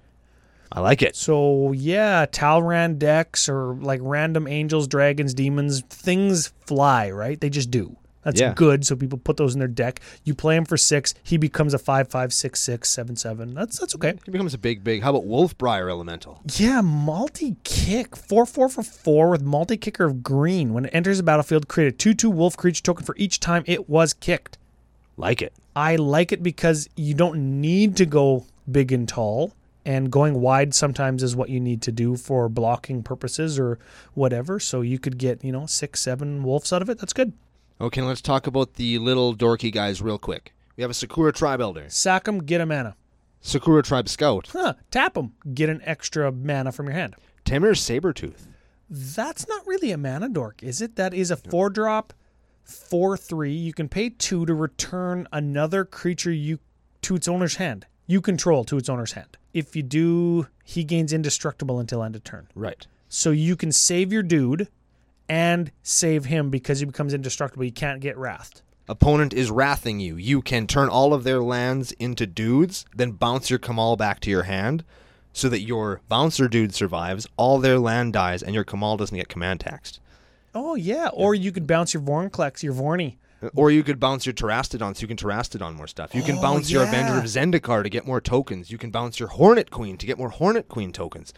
I like it. So yeah, Talran decks or like random angels, dragons, demons, things fly, right? They just do. That's Yeah. good. So people put those in their deck. You play him for six. He becomes a five five six six seven seven. That's that's okay. He becomes a big, big. How about Wolfbriar Elemental? Yeah, multi kick. 4 4 for 4 with multi kicker of green. When it enters the battlefield, create a 2 2 wolf creature token for each time it was kicked. Like it. I like it because you don't need to go big and tall, and going wide sometimes is what you need to do for blocking purposes or whatever. So you could get, you know, six, seven wolves out of it. That's good. Okay, let's talk about the little dorky guys real quick. We have a Sakura Tribe Elder, Sack 'em, get a mana. Sakura Tribe Scout, Huh, tap 'em, get an extra mana from your hand. Tamir Sabertooth. That's not really a mana dork, is it? That is a four drop, four three. You can pay two to return another creature you to its owner's hand. You control to its owner's hand. If you do, he gains indestructible until end of turn. Right. So you can save your dude and save him because he becomes indestructible. You can't get wrathed. Opponent is wrathing you. You can turn all of their lands into dudes, then bounce your Kamal back to your hand so that your bouncer dude survives, all their land dies, and your Kamal doesn't get command taxed. Oh yeah. Or you could bounce your Vornclex, your Vorny. Or you could bounce your Terastodon so you can Terastodon more stuff. You can Oh, bounce your Avenger yeah. of Zendikar to get more tokens. You can bounce your Hornet Queen to get more Hornet Queen tokens.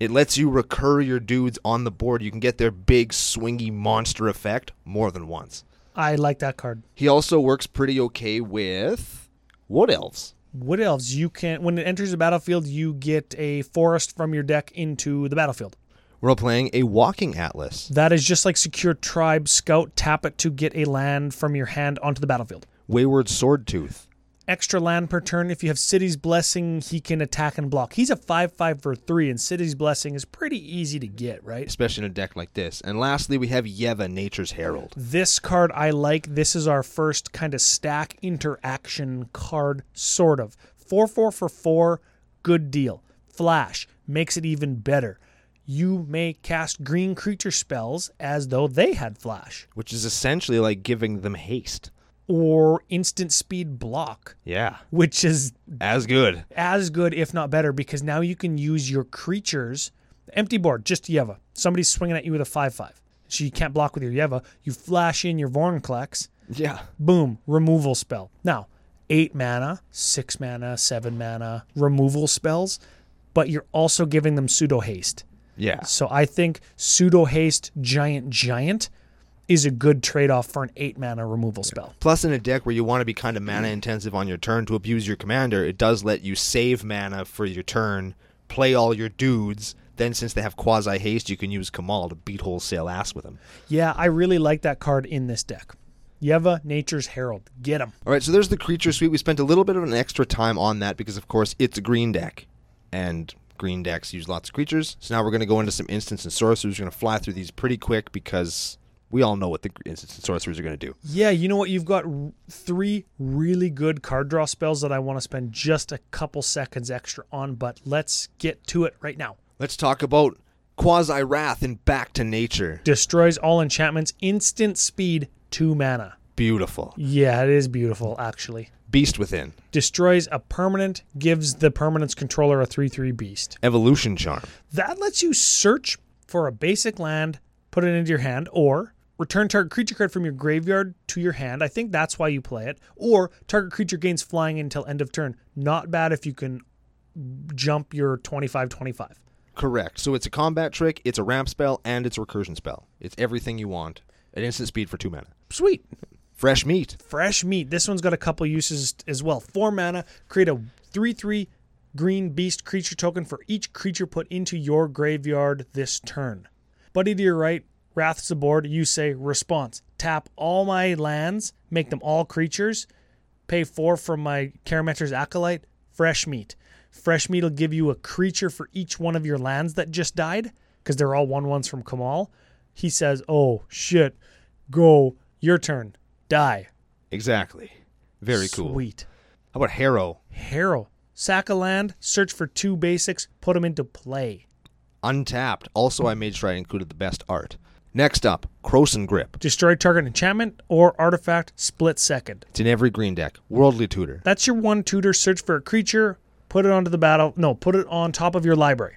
It lets you recur your dudes on the board. You can get their big swingy monster effect more than once. I like that card. He also works pretty okay with Wood Elves. Wood elves, you can when it enters the battlefield, you get a forest from your deck into the battlefield. We're playing a walking atlas. That is just like secure tribe scout tap it to get a land from your hand onto the battlefield. Wayward sword tooth. Extra land per turn. If you have City's Blessing, he can attack and block. He's a 5 5 for 3, and City's Blessing is pretty easy to get, right? especially in a deck like this. And lastly, we have Yeva, Nature's Herald. This card I like. This is our first kind of stack interaction card, sort of. 4 4 for 4, good deal. Flash makes it even better. You may cast green creature spells as though they had flash. Which is essentially like giving them haste. or instant speed block, Yeah. which is As good. as good, if not better, because now you can use your creatures. Empty board, just Yeva. Somebody's swinging at you with a 5 5. So you can't block with your Yeva. You flash in your Vornclex. Yeah. Boom, removal spell. Now, 8 mana, 6 mana, 7 mana removal spells, but you're also giving them pseudo haste. Yeah. So I think pseudo haste, giant, giant is a good trade off for an 8 mana removal spell. Plus, in a deck where you want to be kind of mana intensive on your turn to abuse your commander, it does let you save mana for your turn, play all your dudes. Then, since they have quasi haste, you can use Kamal to beat wholesale ass with them. Yeah, I really like that card in this deck. Yeva, Nature's Herald. Get him. All right, so there's the creature suite. We spent a little bit of an extra time on that because, of course, it's a green deck, and green decks use lots of creatures. So now we're going to go into some instants and sorceries. We're going to fly through these pretty quick because We all know what the instant sorcerers are going to do. Yeah, you know what? You've got r- three really good card draw spells that I want to spend just a couple seconds extra on, but let's get to it right now. Let's talk about quasi wrath and back to nature. Destroys all enchantments, instant speed, two mana. Beautiful. Yeah, it is beautiful, actually. Beast within. Destroys a permanent, gives the permanence controller a 3 3 beast. Evolution charm. That lets you search for a basic land, put it into your hand, or return target creature card from your graveyard to your hand. I think that's why you play it. Or target creature gains flying until end of turn. Not bad if you can jump your 25 25. Correct. So it's a combat trick, it's a ramp spell, and it's a recursion spell. It's everything you want at instant speed for two mana. Sweet. Fresh meat. Fresh meat. This one's got a couple uses as well. Four mana, create a 3 3 green beast creature token for each creature put into your graveyard this turn. Buddy to your right, Wrath's aboard. You say response. Tap all my lands, make them all creatures, pay four from my Karameter's Acolyte, fresh meat. Fresh meat will give you a creature for each one of your lands that just died, because they're all one ones from Kamal. He says, Oh shit, go, your turn, die. Exactly. Very cool. Sweet. How about Harrow? Harrow. Sack a land, search for two basics, put them into play. Untapped. Also, I made sure I included the best art. Next up, Croson Grip. Destroy target enchantment or artifact, split second. It's in every green deck. Worldly Tutor. That's your one tutor. Search for a creature, put it onto the battle. No, put it on top of your library.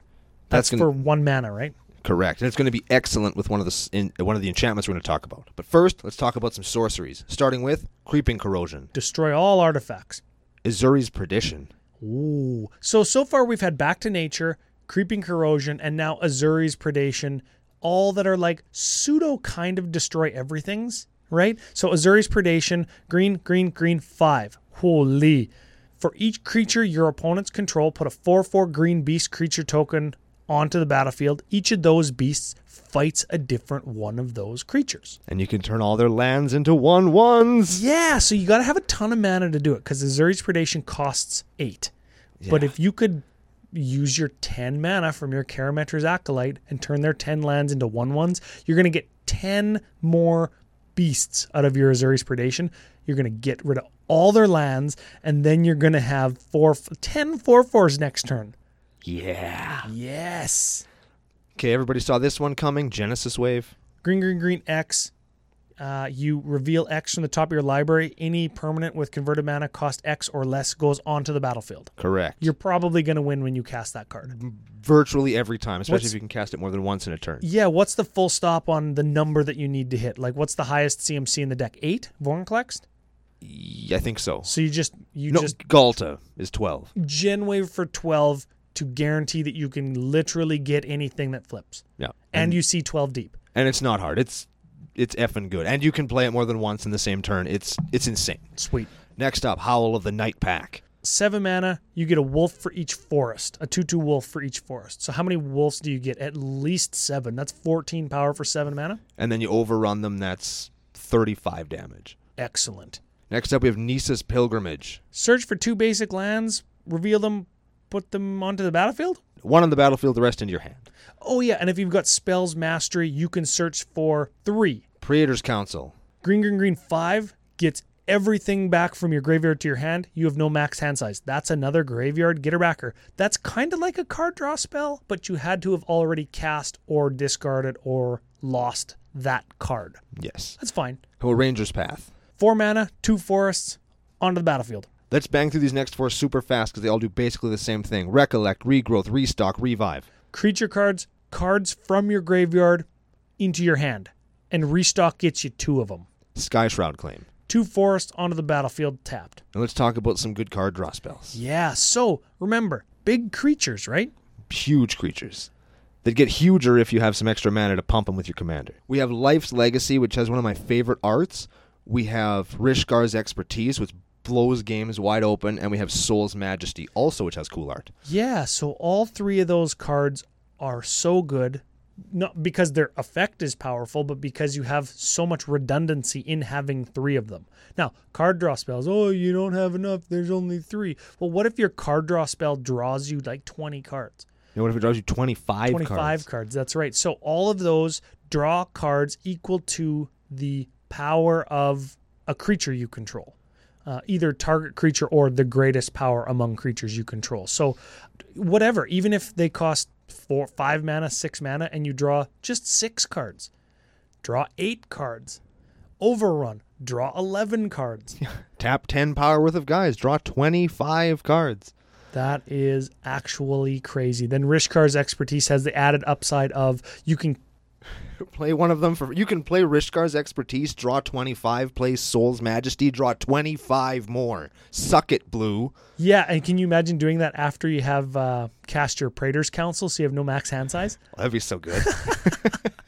That's, That's gonna- for one mana, right? Correct. And it's going to be excellent with one of the s- in, one of the enchantments we're going to talk about. But first, let's talk about some sorceries, starting with Creeping Corrosion, Destroy all artifacts. Azuri's Perdition. Ooh. So so far we've had Back to Nature, Creeping Corrosion, and now Azuri's Predation, all that are like pseudo kind of destroy everything's, right? So Azuri's Predation, green, green, green, five. Holy. For each creature your opponents control, put a 4 4 green beast creature token onto the battlefield. Each of those beasts fights a different one of those creatures. And you can turn all their lands into one ones. Yeah, so you got to have a ton of mana to do it because Azuri's Predation costs eight. But if you could use your 10 mana from your Karametra's Acolyte and turn their 10 lands into 1 ones, you're going to get 10 more beasts out of your Azuri's Predation. You're going to get rid of all their lands, and then you're going to have four, 10 4 4s next turn. Yeah. Yes. Okay, everybody saw this one coming. Genesis Wave. green green green x uh, you reveal x from the top of your library any permanent with converted mana cost x or less goes onto the battlefield Correct. you're probably going to win when you cast that card virtually every time, especially What's- if you can cast it more than once in a turn. yeah what's the full stop on the number that you need to hit like what's the highest cmc in the deck eight vornclex Y- I think so. so you just you no, just Galta is 12. gen wave for 12 to guarantee that you can literally get anything that flips Yeah. and, you see 12 deep and it's not hard. It's it's effing good. And you can play it more than once in the same turn. It's it's insane. sweet Next up, Howl of the Night Pack. seven mana, you get a wolf for each forest, a 2 2 wolf for each forest. So, how many wolves do you get? At least seven. That's 14 power for seven mana. And then you overrun them, that's 35 damage. Excellent. Next up, we have Nisa's Pilgrimage. Search for two basic lands, reveal them, put them onto the battlefield. One on the battlefield, the rest into your hand. Oh, yeah. And if you've got spells mastery, you can search for three. Praetor's Council. Green, green, green, five gets everything back from your graveyard to your hand. You have no max hand size. That's another graveyard getter backer. That's kind of like a card draw spell, but you had to have already cast or discarded or lost that card. Yes. That's fine. Oh, Ranger's Path. Four mana, two forests, onto the battlefield. Let's bang through these next four super fast because they all do basically the same thing recollect, regrowth, restock, revive. Creature cards, cards from your graveyard into your hand. And restock gets you two of them. Sky Shroud Claim. Two forests onto the battlefield tapped. Now let's talk about some good card draw spells. Yeah, so remember, big creatures, right? Huge creatures that get huger if you have some extra mana to pump them with your commander. We have Life's Legacy, which has one of my favorite arts. We have Rishgar's Expertise, which blows games wide open, and we have Soul's Majesty, also which has cool art. Yeah, so all three of those cards are so good, not because their effect is powerful, but because you have so much redundancy in having three of them. Now, card draw spells, oh, you don't have enough, there's only three. Well, what if your card draw spell draws you like 20 cards? You know, what if it draws you 25, 25 cards? cards. That's right. So all of those draw cards equal to the power of a creature you control, uh, either target creature or the greatest power among creatures you control. So, whatever, even if they cost four, five mana, six mana, and you draw just six cards, draw eight cards, overrun, draw 11 cards. Tap 10 power worth of guys, draw 25 cards. That is actually crazy. Then Rishkar's expertise has the added upside of you can Play one of them for you can play Rishkar's expertise, draw 25, play Soul's Majesty, draw 25 more. Suck it, blue. yeah, and can you imagine doing that after you have uh, cast your Praetor's Council so you have no max hand size? Oh, that'd be so good.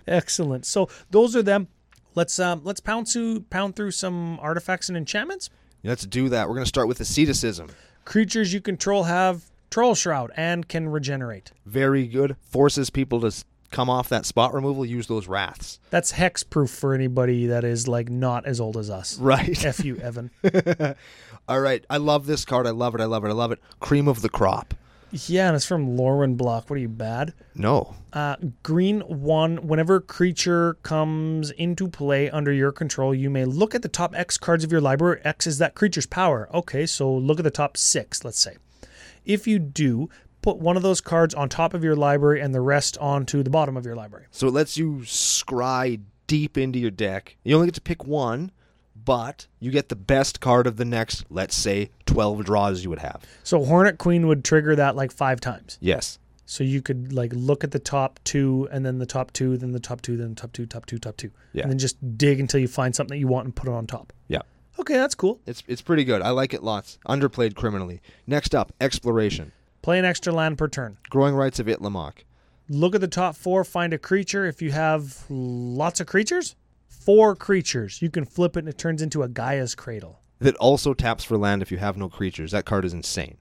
Excellent. So those are them. Let's um let's pound through pound through some artifacts and enchantments. Let's do that. We're going to start with asceticism. Creatures you control have Troll Shroud and can regenerate. Very good. Forces people to s- come off that spot removal, use those wraths. That's hex proof for anybody that is like not as old as us. Right. F you, Evan. All right. I love this card. I love it. I love it. I love it. Cream of the crop. yeah, and it's from Lauren Block. What are you bad? No. Uh, green one. Whenever a creature comes into play under your control, you may look at the top X cards of your library. X is that creature's power. Okay, so look at the top six, let's say. If you do, put one of those cards on top of your library and the rest onto the bottom of your library. So it lets you scry deep into your deck. You only get to pick one, but you get the best card of the next, let's say, 12 draws you would have. So Hornet Queen would trigger that like five times. Yes. So you could like look at the top two and then the top two, then the top two, then the top two, top two, top two. Yeah. And then just dig until you find something that you want and put it on top. Yeah. Okay, that's cool. It's, it's pretty good. I like it lots. Underplayed criminally. Next up, exploration. Play an extra land per turn. Growing rights of Itlamok. look at the top four, find a creature. If you have lots of creatures, four creatures, you can flip it and it turns into a Gaia's Cradle. That also taps for land if you have no creatures. That card is insane.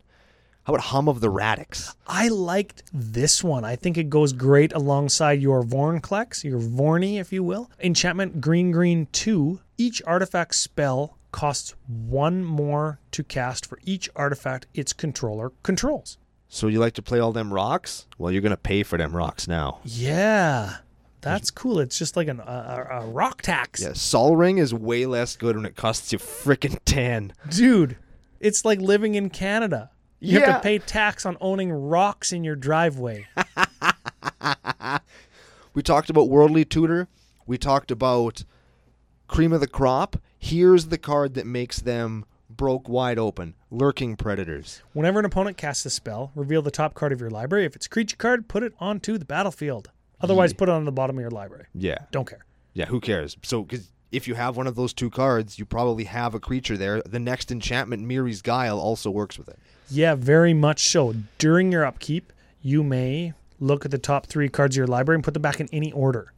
How about Hum of the Radix? I liked this one. I think it goes great alongside your Vornclex, your Vorny, if you will. Enchantment Green Green 2. Each artifact spell costs one more to cast for each artifact its controller controls. So you like to play all them rocks? Well, you're going to pay for them rocks now. Yeah, that's cool. It's just like an, a, a a rock tax. Yeah, Sol Ring is way less good when it costs you freaking 10. dude it's like living in canada you Yeah. have to pay tax on owning rocks in your driveway We talked about Worldly Tutor. We talked about Cream of the Crop. Here's the card that makes them broke wide open Lurking Predators. whenever an opponent casts a spell reveal the top card of your library if it's a creature card put it onto the battlefield otherwise put it on the bottom of your library Yeah. don't care Yeah, who cares? So, because if you have one of those two cards, you probably have a creature there. The next enchantment, Miri's Guile, also works with it. yeah very much so during your upkeep you may look at the top three cards of your library and put them back in any order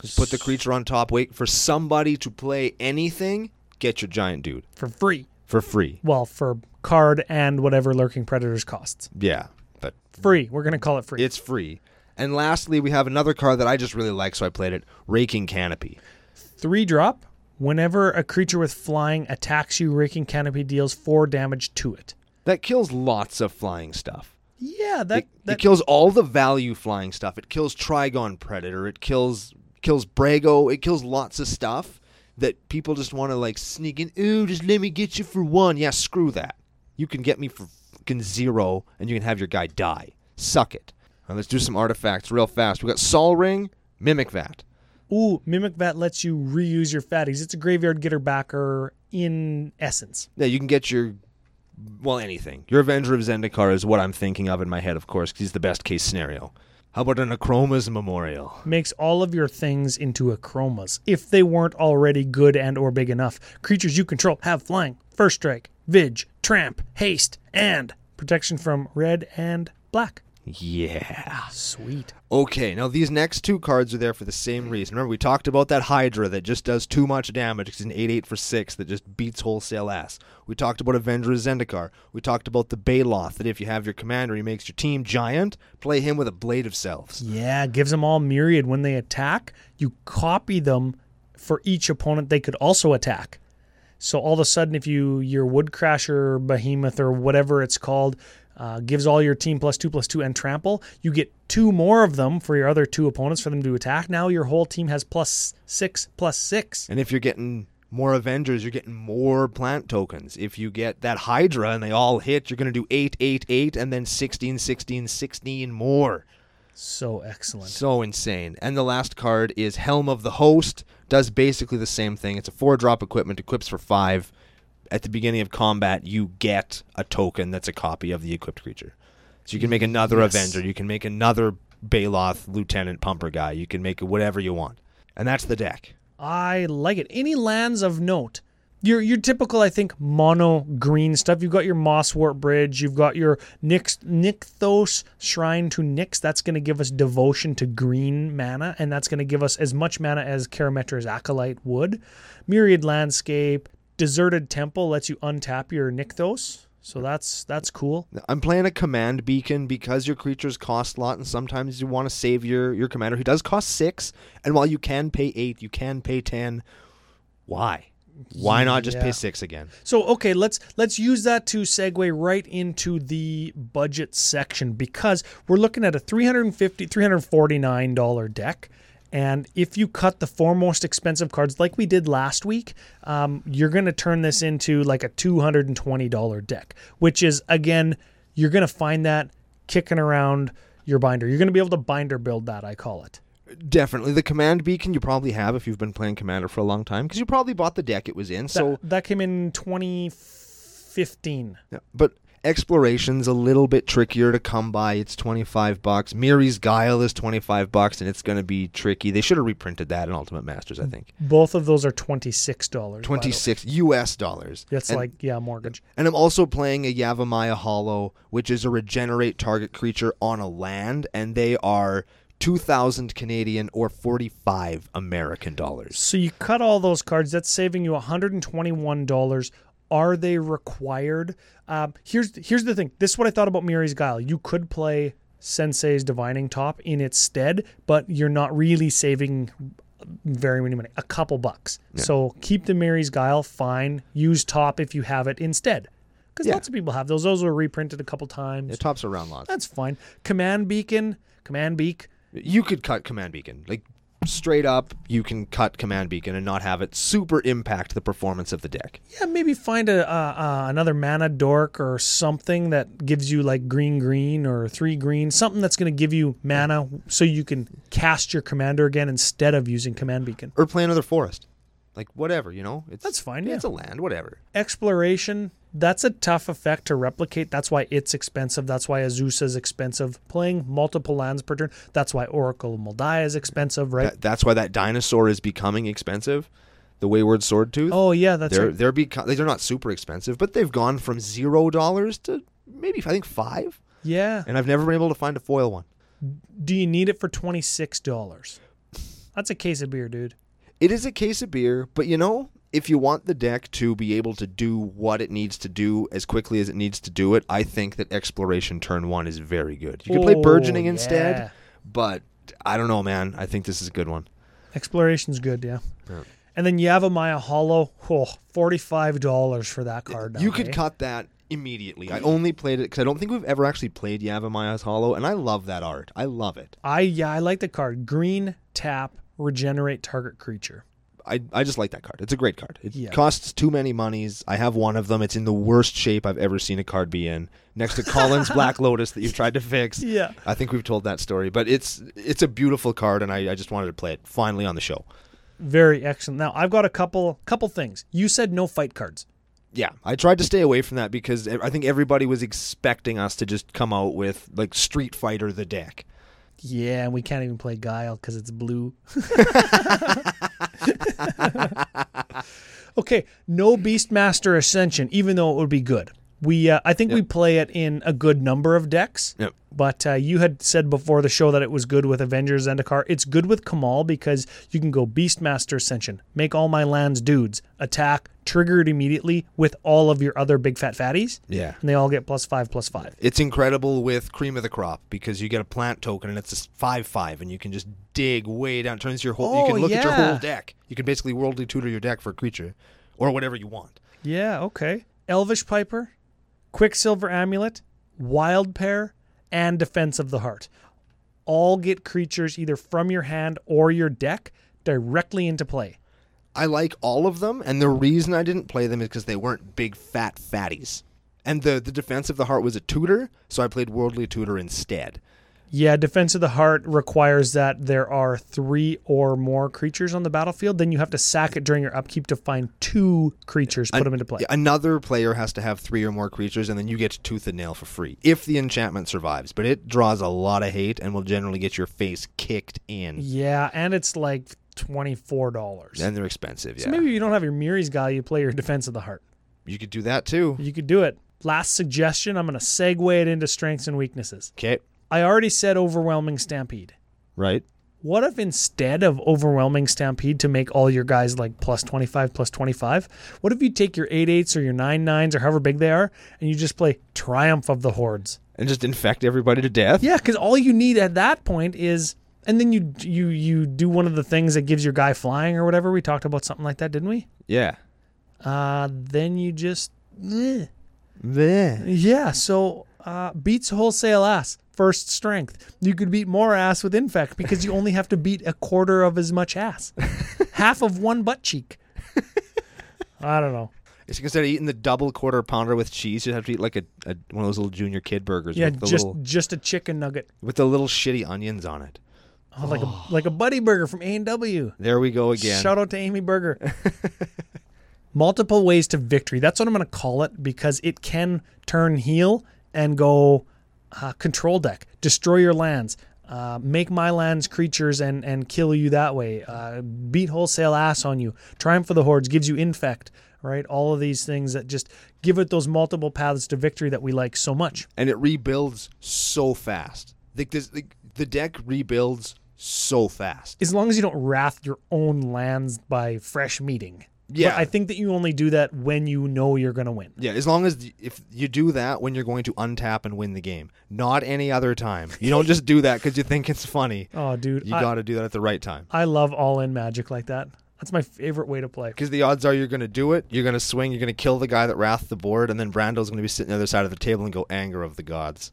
Just put the creature on top, wait for somebody to play anything, get your giant dude for free for free. well for card and whatever lurking predators costs Yeah, but free we're gonna call it free It's free. And lastly, we have another card that I just really like, so I played it Raking Canopy. Three drop. Whenever a creature with flying attacks you, Raking Canopy deals four damage to it. That kills lots of flying stuff. Yeah, that, it, that it kills all the value flying stuff. It kills Trigon Predator. It kills kills Brago. It kills lots of stuff that people just want to like sneak in. Ooh, just let me get you for one. Yeah, screw that. You can get me for fucking zero, and you can have your guy die. Suck it. Now let's do some artifacts real fast. We got Sol Ring, Mimic Vat. ooh, Mimic Vat lets you reuse your fatties. It's a graveyard getter backer in essence. Yeah, you can get your well anything. Your Avenger of Zendikar is what I'm thinking of in my head, of course, 'cause he's the best case scenario. How about an Achroma's Memorial? Makes all of your things into a chromas if they weren't already good and or big enough. Creatures you control have flying, first strike, vig, tramp, haste, and protection from red and black. Yeah. Sweet. Okay, now these next two cards are there for the same reason. Remember, we talked about that Hydra that just does too much damage. It's an 8 8 for 6 that just beats wholesale ass. We talked about Avenger of Zendikar. We talked about the Baloth that if you have your commander, he makes your team giant. Play him with a Blade of Selves. Yeah, gives them all myriad when they attack. You copy them for each opponent they could also attack. So all of a sudden, if you your Woodcrasher, Behemoth, or whatever it's called, uh, gives all your team plus two plus two and trample. You get two more of them for your other two opponents for them to attack. Now your whole team has plus six plus six. And if you're getting more Avengers, you're getting more plant tokens. If you get that Hydra and they all hit, you're going to do 8, 8, 8, and then 16, 16, 16 more. So excellent. So insane. And the last card is Helm of the Host. Does basically the same thing. It's a four drop equipment, equips for five. At the beginning of combat, you get a token that's a copy of the equipped creature. So you can make another Yes. Avenger. You can make another Baloth Lieutenant Pumper guy. You can make whatever you want. And that's the deck. I like it. Any lands of note? Your your typical, I think, mono green stuff. You've got your Moss Warp Bridge. You've got your Nyx, Nykthos Shrine to Nyx. That's going to give us devotion to green mana, and that's going to give us as much mana as Karametra's Acolyte would. Myriad Landscape, Deserted Temple lets you untap your Nykthos. So that's that's cool. I'm playing a command beacon because your creatures cost a lot, and sometimes you want to save your your commander who does cost six. And while you can pay eight, you can pay ten. Why? Why not just Yeah. pay six again? So okay, let's let's use that to segue right into the budget section because we're looking at a 350 349 dollar deck. And if you cut the four most expensive cards like we did last week, um, you're going to turn this into like a $220 deck, which is, again, you're going to find that kicking around your binder. You're going to be able to binder build that, I call it. Definitely the command beacon you probably have if you've been playing commander for a long time because you probably bought the deck it was in. That, So, that came in 2015. yeah, but exploration's a little bit trickier to come by. It's twenty five bucks. Miri's Guile is twenty five bucks, and it's going to be tricky. They should have reprinted that in Ultimate Masters, I think. Both of those are $26. by Mm. the way. Twenty six U.S. dollars. That's And- like yeah, mortgage. And I'm also playing a Yavimaya Hollow, which is a regenerate target creature on a land, and they are 2,000 Canadian or 45 American dollars. So you cut all those cards. That's saving you one hundred and twenty-one dollars. Are they required? Um, here's here's the thing. This is what I thought about Miri's Guile. You could play Sensei's Divining Top in its stead, but you're not really saving very many money. A couple bucks. So keep the Miri's Guile. Fine. Use Top if you have it instead, because Yeah. lots of people have those. Those were reprinted a couple times. It tops around lots. That's fine. Command Beacon. Command Beak. You could cut Command Beacon. Like, straight up, you can cut Command Beacon and not have it super impact the performance of the deck. Yeah, maybe find a uh, uh, another mana dork or something that gives you like green green or three green, something that's going to give you mana so you can cast your commander again instead of using command beacon. Or play another forest. Like, whatever, you know? It's, That's fine, It's a land, whatever. Exploration, that's a tough effect to replicate. That's why it's expensive. That's why Azusa's expensive. Playing multiple lands per turn. That's why Oracle of Moldiah is expensive, right? That, that's why that dinosaur is becoming expensive. The Wayward Sword Tooth. oh yeah, that's they're right. they're beco- they're not super expensive, but they've gone from zero dollars to maybe I think five, Yeah. and I've never been able to find a foil one. Do you need it for twenty six dollars? That's a case of beer, dude. It is a case of beer, but you know, if you want the deck to be able to do what it needs to do as quickly as it needs to do it, I think that exploration turn one is very good. You can play Oh, burgeoning yeah. instead, but I don't know, man. I think this is a good one. Exploration's good, yeah. And then Yavimaya Hollow, oh, $45 for that card. now, You could eh? cut that immediately. I only played it because I don't think we've ever actually played Yavamaya's Hollow, and I love that art. I love it. I yeah, I like the card. Green tap, regenerate target creature. I, I just like that card. It's a great card. It Yeah. costs too many monies. I have one of them. It's in the worst shape I've ever seen a card be in. Next to Collins Black Lotus that you've tried to fix. Yeah. I think we've told that story, but it's it's a beautiful card, and I, I just wanted to play it finally on the show. Very excellent. Now I've got a couple couple things. You said no fight cards. Yeah, I tried to stay away from that because e- I think everybody was expecting us to just come out with like Street Fighter the deck. Yeah, and we can't even play Guile because it's blue. okay, no Beastmaster Ascension, even though it would be good. We, uh, I think we play it in a good number of decks. Yep. But uh, you had said before the show that it was good with Avengers Zendikar. It's good with Kamal because you can go Beastmaster Ascension, make all my lands dudes, attack, trigger it immediately with all of your other big fat fatties. Yeah. And they all get plus five, plus five. It's incredible with Cream of the Crop because you get a plant token and it's a five five and you can just dig way down. Turns your whole. Oh, you can look at your yeah. whole deck. You can basically worldly tutor your deck for a creature, or whatever you want. Yeah, okay. Elvish Piper, Quicksilver Amulet, Wild Pair, and Defense of the Heart. All get creatures either from your hand or your deck directly into play. I like all of them, and the reason I didn't play them is because they weren't big fat fatties. And the the defense of the heart was a tutor, so I played worldly tutor instead. Yeah, Defense of the Heart requires that there are three or more creatures on the battlefield. Then you have to sack it during your upkeep to find two creatures, put them into play. Yeah, Another player has to have three or more creatures, and then you get tooth and nail for free if the enchantment survives. But it draws a lot of hate and will generally get your face kicked in. Yeah, and it's like $24. And they're expensive. Yeah, So maybe if you don't have your Miri's guy, you play your Defense of the Heart. you could do that too. You could do it. Last suggestion, I'm going to segue it into strengths and weaknesses. Okay, I already said overwhelming stampede. right. What if instead of overwhelming stampede to make all your guys like plus 25, plus 25, what if you take your 8 8s or your 9 9s or however big they are and you just play Triumph of the Hordes? And just infect everybody to death. Yeah, because all you need at that point is. And then you you you do one of the things that gives your guy flying or whatever. We talked about something like that, didn't we? Yeah. Uh, then you just. eh. Bleh. Yeah, so uh, beats wholesale ass first strength. You could beat more ass with infect because you only have to beat a quarter of as much ass, half of one butt cheek. I don't know. It's instead of eating the double quarter pounder with cheese, you'd have to eat like a, a one of those little junior kid burgers Yeah, with the just little just a chicken nugget, with the little shitty onions on it. Oh, like a like a buddy burger from A and W. There we go again. Shout out to Amy Berger. Multiple ways to victory. That's what I'm going to call it because it can turn heel and go uh, control deck, destroy your lands, uh, make my lands creatures and and kill you that way. Uh, beat wholesale ass on you. Triumph of the hordes gives you infect. Right, all of these things that just give it those multiple paths to victory that we like so much. and it rebuilds so fast. Like this, like, the deck rebuilds so fast. as long as you don't wrath your own lands by fresh meeting. Yeah. But I think that you only do that when you know you're going to win. Yeah, as long as the, if you do that when you're going to untap and win the game, not any other time. You don't just do that because you think it's funny. Oh, dude. You I, got to do that at the right time I love all in magic like that. That's my favorite way to play. because the odds are you're going to do it. You're going to swing. You're going to kill the guy that wrathed the board, and then Brando's going to be sitting the other side of the table and go anger of the gods,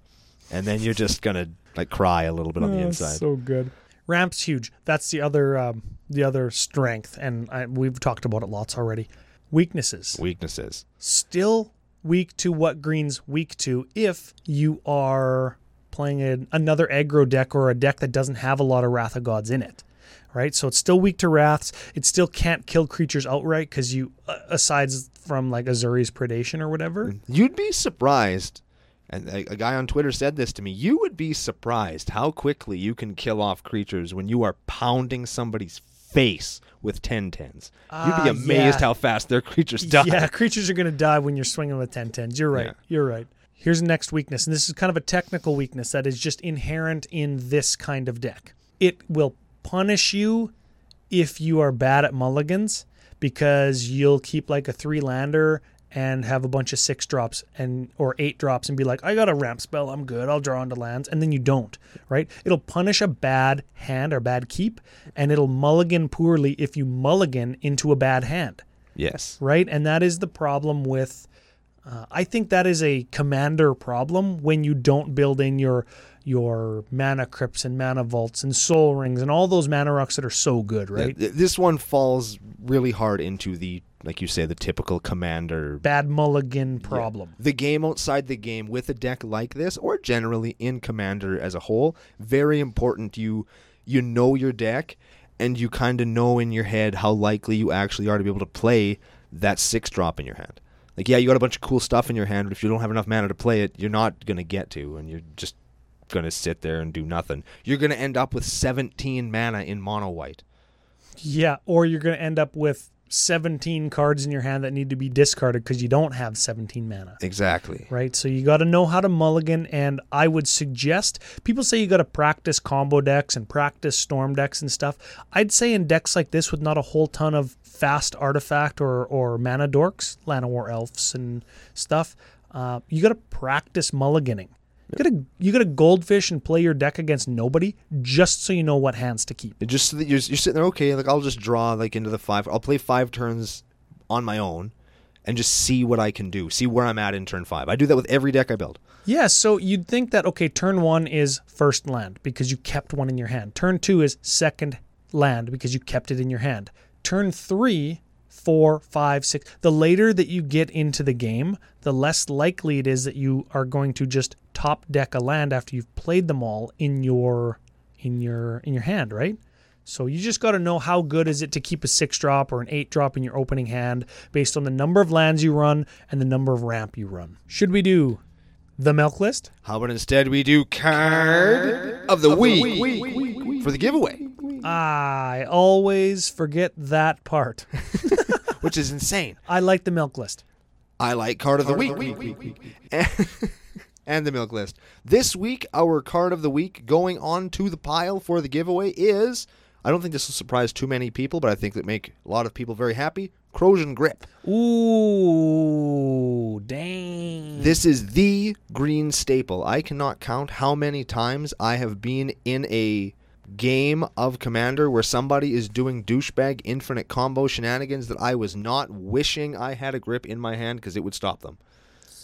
and then you're just going to like cry a little bit on the inside. So good. Ramp's huge. That's the other um, the other strength, and I, we've talked about it lots already. Weaknesses. Weaknesses. Still weak to what green's weak to if you are playing an another aggro deck or a deck that doesn't have a lot of Wrath of Gods in it. Right, so it's still weak to wraths. It still can't kill creatures outright because you, uh, aside from like Azuri's predation or Mm-hmm. whatever, You'd be surprised, and a, a guy on Twitter said this to me. You would be surprised how quickly you can kill off creatures when you are pounding somebody's face with 10-10s. You'd Ah, be amazed yeah. how fast their creatures die. Yeah, creatures are going to die when you're swinging with 10-10s. You're right. Yeah. You're right. Here's the next weakness, and this is kind of a technical weakness that is just inherent in this kind of deck. It will punish you if you are bad at mulligans because you'll keep like a three lander and have a bunch of six drops and or eight drops and be like, I got a ramp spell, I'm good, I'll draw into lands, and then you don't, right? It'll punish a bad hand or bad keep, and it'll mulligan poorly if you mulligan into a bad hand Yes. right? And that is the problem with. Uh, I think that is a commander problem when you don't build in your your mana crypts and mana vaults and soul rings and all those mana rocks that are so good, right? Th- This one falls really hard into the, like you say, the typical commander Bad mulligan problem. The game outside the game with a deck like this, or generally in Commander as a whole, very important. You you know your deck, and you kind of know in your head how likely you actually are to be able to play that six drop in your hand. Like, yeah, you got a bunch of cool stuff in your hand, but if you don't have enough mana to play it, you're not gonna get to, and you're just gonna sit there and do nothing. You're gonna end up with 17 mana in mono white. Yeah, or you're going to end up with 17 cards in your hand that need to be discarded because you don't have 17 mana. Exactly. right? So you got to know how to mulligan, and I would suggest people say you got to practice combo decks and practice storm decks and stuff. I'd say in decks like this with not a whole ton of fast artifact or or mana dorks, Lana War Elves and stuff, uh, you got to practice mulliganing. You gotta you gotta goldfish and play your deck against nobody just so you know what hands to keep. It just so that you're, you're sitting there okay like i'll just draw like into the five i'll play five turns on my own and just see what I can do, see where I'm at in turn five. I do that with every deck I build. Yeah, so you'd think that okay, turn one is first land because you kept one in your hand. Turn two is second land because you kept it in your hand. Turn three, four, five, six. The later that you get into the game, the less likely it is that you are going to just top deck a land after you've played them all in your in your in your hand, right? So you just got to know how good is it to keep a six drop or an eight drop in your opening hand based on the number of lands you run and the number of ramp you run. Should we do the milk list? How about instead we do card of the week for the giveaway, I always forget that part. which is insane. I like the milk list. I like card of the week. And- And the milk list. This week, our card of the week going on to the pile for the giveaway is I don't think this will surprise too many people, but I think that make a lot of people very happy. Crozier Grip. Ooh, dang. This is the green staple. I cannot count how many times I have been in a game of Commander where somebody is doing douchebag infinite combo shenanigans that I was not wishing I had a grip in my hand because it would stop them.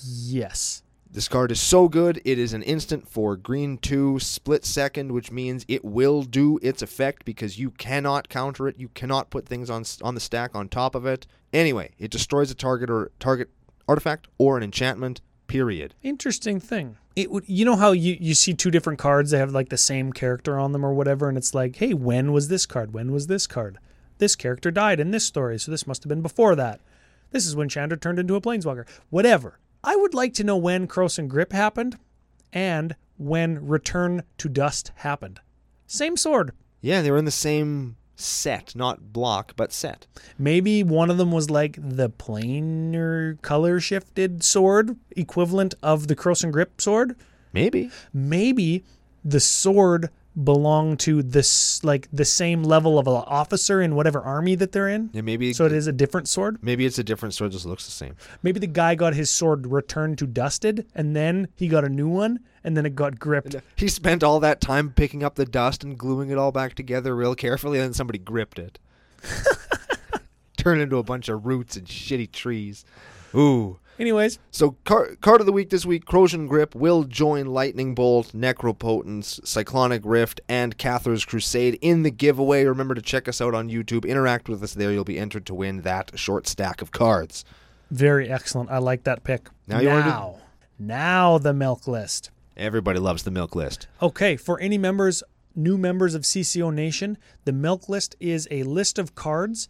yes. This card is so good. It is an instant for green 2, split second, which means it will do its effect because you cannot counter it. You cannot put things on on the stack on top of it. Anyway, it destroys a target or target artifact or an enchantment. Period. Interesting thing. It would you know how you you see two different cards they have like the same character on them or whatever and it's like, "Hey, when was this card? When was this card? This character died in this story, so this must have been before that. This is when Chandra turned into a planeswalker." Whatever. I would like to know when Cross and Grip happened and when Return to Dust happened. Same sword, Yeah, they were in the same set, not block, but set. Maybe one of them was like the planar color shifted sword equivalent of the Cross and Grip sword. Maybe. Maybe the sword belonged to this like the same level of an officer in whatever army that they're in. Yeah, maybe. So it is a different sword. Maybe it's a different sword, just looks the same. Maybe the guy got his sword returned to dusted, and then he got a new one, and then it got gripped. He spent all that time picking up the dust and gluing it all back together real carefully, and then somebody gripped it. Turned into a bunch of roots and shitty trees. Ooh. Anyways, So car- card of the week this week, Crozier Grip will join Lightning Bolt, Necropotence, Cyclonic Rift, and Cather's Crusade in the giveaway. Remember to check us out on YouTube. Interact with us there. You'll be entered to win that short stack of cards. very excellent. I like that pick. Now you wanna do- now, now the milk list. Everybody loves the milk list. Okay, for any members, new members of CCO Nation, the milk list is a list of cards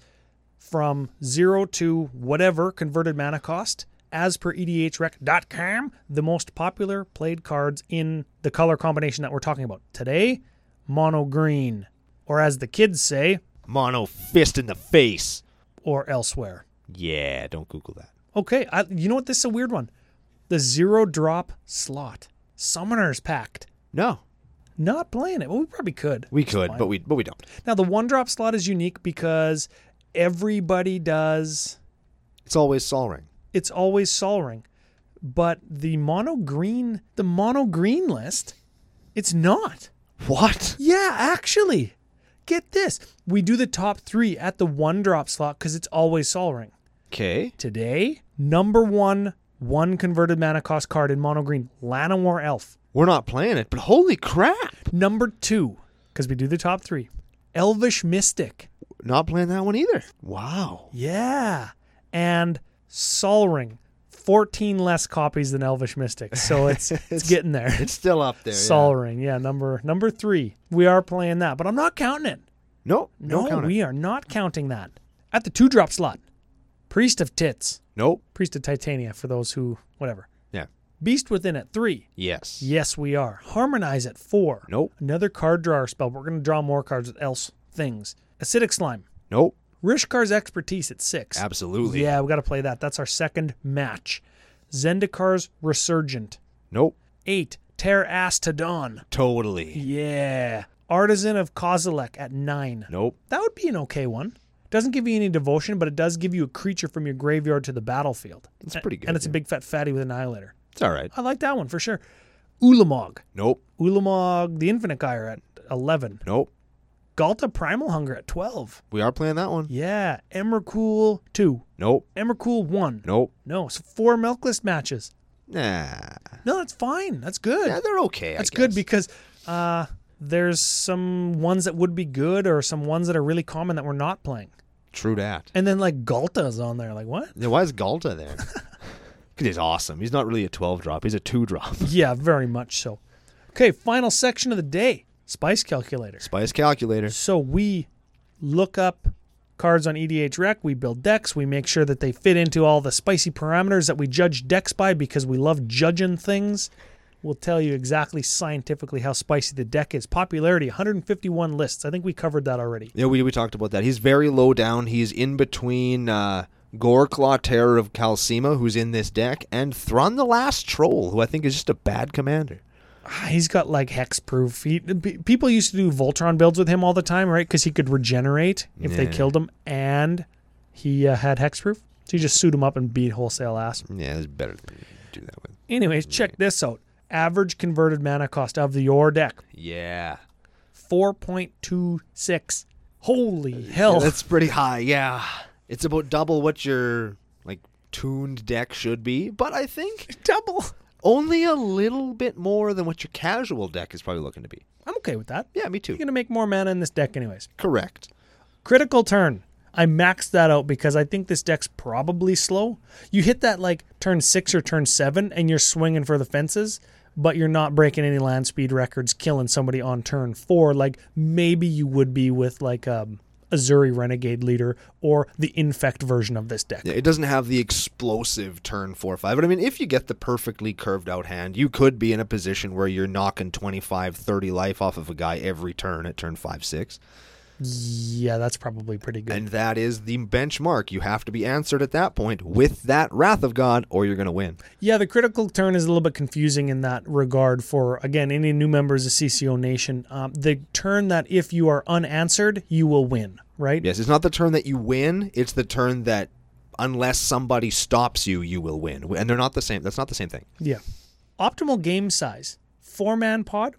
from zero to whatever converted mana cost, as per E EDHREC.com, the most popular played cards in the color combination that we're talking about. Today, mono green, or as the kids say, Mono fist in the face. or elsewhere. Yeah, don't Google that. Okay, I, you know what? This is a weird one. The zero drop slot, Summoner's Pact. No, Not playing it. Well, we probably could. we could, but we but we don't. Now the one drop slot is unique because everybody does. It's always Sol Ring. It's always Sol Ring, but the mono green, the mono green list, it's not. What? Yeah, actually, get this. We do the top three at the one drop slot because it's always Sol Ring. Okay. Today, number one, one converted mana cost card in mono green, Lanowar Elf. We're not playing it, but holy crap. Number two, because we do the top three, Elvish Mystic. Not playing that one either. Wow. Yeah. And Sol Ring, 14 less copies than Elvish Mystic. So it's it's, getting there. It's still up there. Sol Ring, yeah, number number 3. We are playing that, but I'm not counting it. No, no, No, count it. we are not counting that. At the 2 drop slot, Priest of Tits, Nope. Priest of Titania for those who whatever. Yeah. Beast Within at 3. Yes. Yes, we are. Harmonize at 4. Nope. Another card drawer spell. But we're going to draw more cards with else things. Acidic Slime. Nope. Rishkar's Expertise at 6. Absolutely. Yeah, we got to play that. That's our second match. Zendikar's Resurgent. Nope. Eight. Tear Ass to Dawn. Totally. Yeah. Artisan of Kozilek at nine. Nope. That would be an okay one. Doesn't give you any devotion, but it does give you a creature from your graveyard to the battlefield. It's A- pretty good, And it's a yeah. big fat fatty with Annihilator. It's all right. I like that one for sure. Ulamog. Nope. Ulamog, the Infinite Gyre at 11. Nope. Galta Primal Hunger at 12. We are playing that one. Yeah. Emmercool 2. Nope. Emmercool 1. Nope. No, so four milk list matches. Nah. No, that's fine. That's good. Yeah, they're okay. I that's good guess. because uh, there's some ones that would be good or some ones that are really common that we're not playing. True that. And then like Galta's on there. Like what? Then why is Galta there? Because he's awesome. He's not really a 12 drop. He's a 2 drop. Yeah, very much so. Okay, final section of the day Spice Calculator. Spice calculator. So we look up cards on EDH Rec, we build decks, we make sure that they fit into all the spicy parameters that we judge decks by because we love judging things. We'll tell you exactly scientifically how spicy the deck is. Popularity 151 lists. I think we covered that already. Yeah, we, we talked about that. He's very low down. He's in between uh, Goreclaw Terror of Kalsima, who's in this deck, and Thron the Last Troll, who I think is just a bad commander. Ah, He's got like hexproof. He, pe- people used to do Voltron builds with him all the time, right? Because he could regenerate if they Yeah. killed him, and he uh, had hexproof. So you just suit him up and beat wholesale ass. Yeah, there's better thing to do that with. Anyways, check this out. Average converted mana cost of the your deck Yeah. 4.26. Holy hell. That's pretty high, yeah. It's about double what your like tuned deck should be, but I think double. only a little bit more than what your casual deck is probably looking to be. I'm okay with that. Yeah, me too. You're going to make more mana in this deck, anyways. Correct. Critical turn. I maxed that out because I think this deck's probably slow. You hit that like turn six or turn seven and you're swinging for the fences, but you're not breaking any land speed records, killing somebody on turn four. Like maybe you would be with like um, Azuri Renegade leader or the Infect version of this deck. Yeah, it doesn't have the explosive turn four five. But I mean, if you get the perfectly curved out hand, you could be in a position where you're knocking 25, 30 life off of a guy every turn at turn five six, Yeah, that's probably pretty good. and that is the benchmark. You have to be answered at that point with that Wrath of God, or you're going to win. Yeah, the critical turn is a little bit confusing in that regard for, again, any new members of CCO Nation. Um, the turn that if you are unanswered, you will win, right? Yes, it's not the turn that you win; it's the turn that unless somebody stops you, you will win. And they're not the same. That's not the same thing. Yeah. Optimal game size four man pod.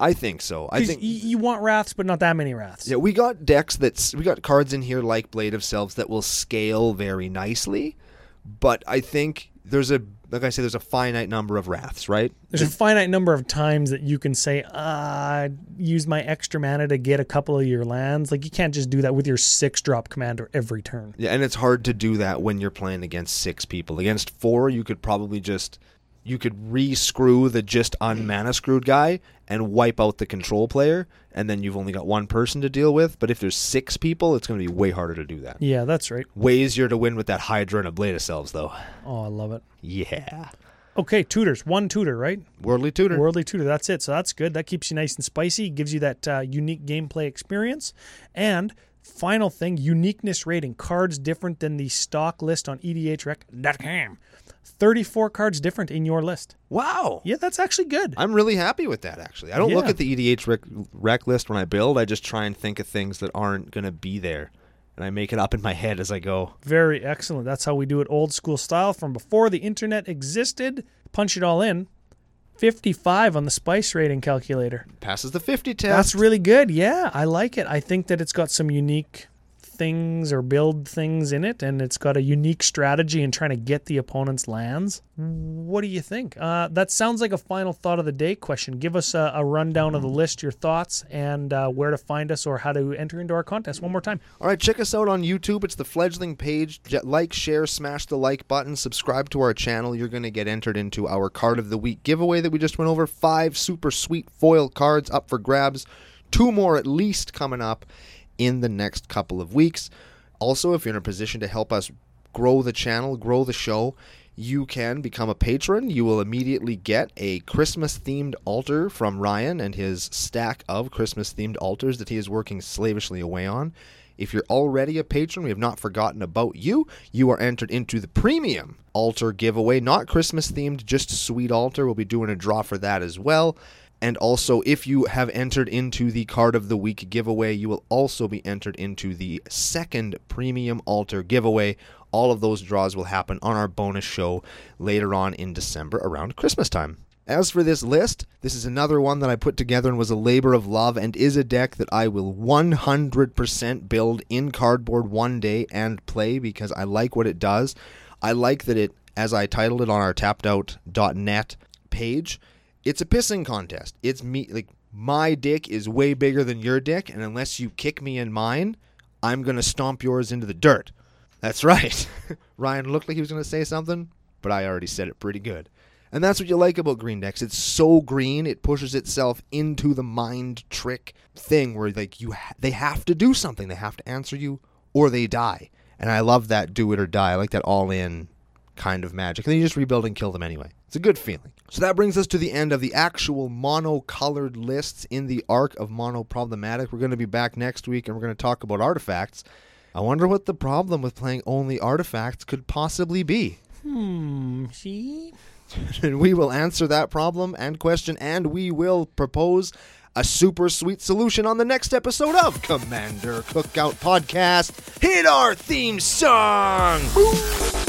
I think so. I 'Cause think y- you want wraths, but not that many wraths. Yeah, we got decks that's we got cards in here like Blade of Selves that will scale very nicely, but I think there's a like I say there's a finite number of wraths, right? There's a finite number of times that you can say, uh, use my extra mana to get a couple of your lands. Like, you can't just do that with your six drop commander every turn. Yeah, and it's hard to do that when you're playing against six people. Against four, you could probably just you could re-screw the just unmana screwed guy and wipe out the control player, and then you've only got one person to deal with. But if there's six people, it's going to be way harder to do that. Yeah, that's right. Way easier to win with that Hydra and a Blade of Selves, though. Oh, I love it. Yeah, Okay, tutors. One tutor, right? worldly tutor. Worldly Tutor. That's it. So that's good. That keeps you nice and spicy. Gives you that uh, unique gameplay experience. And final thing, uniqueness rating. Cards different than the stock list on E EDHREC.com. 34 cards different in your list. wow. Yeah, that's actually good. I'm really happy with that actually. I don't look Yeah. at the EDH rec, rec list when I build. I just try and think of things that aren't going to be there, and I make it up in my head as I go. Very excellent. That's how we do it old school style from before the internet existed. Punch it all in. 55 on the spice rating calculator. Passes the 50 test. That's really good. Yeah, I like it. I think that it's got some unique things or build things in it, and it's got a unique strategy in trying to get the opponent's lands. What do you think? Uh, that sounds like a final thought of the day question. Give us a, a rundown of the list, your thoughts, and uh, where to find us or how to enter into our contest one more time. All right, check us out on YouTube. It's the fledgling page. J- Like, share, smash the like button, subscribe to our channel. You're going to get entered into our card of the week giveaway that we just went over. Five super sweet foil cards up for grabs. Two more at least coming up in the next couple of weeks. Also, if you're in a position to help us grow the channel, grow the show, you can become a patron. You will immediately get a Christmas themed altar from Ryan and his stack of Christmas themed altars that he is working slavishly away on. If you're already a patron, we have not forgotten about you. You are entered into the premium altar giveaway, not Christmas themed, just sweet altar. We'll be doing a draw for that as well. And also, if you have entered into the card of the week giveaway, you will also be entered into the second premium altar giveaway. All of those draws will happen on our bonus show later on in December around Christmas time. As for this list, this is another one that I put together and was a labor of love and is a deck that I will 100% build in cardboard one day and play because I like what it does. I like that it, as I titled it on our tappedout.net page, it's a pissing contest. It's me, like, my dick is way bigger than your dick, and unless you kick me in mine, I'm going to stomp yours into the dirt. That's right. Ryan looked like he was going to say something, but I already said it pretty good. And that's what you like about green decks. It's so green, it pushes itself into the mind trick thing where like you ha- they have to do something. They have to answer you or they die. And I love that do it or die. I like that all in kind of magic. And then you just rebuild and kill them anyway. It's a good feeling. So that brings us to the end of the actual mono colored lists in the arc of mono problematic. We're going to be back next week and we're going to talk about artifacts. I wonder what the problem with playing only artifacts could possibly be. Hmm. See? and we will answer that problem and question, and we will propose a super sweet solution on the next episode of Commander Cookout Podcast. Hit our theme song! Woo!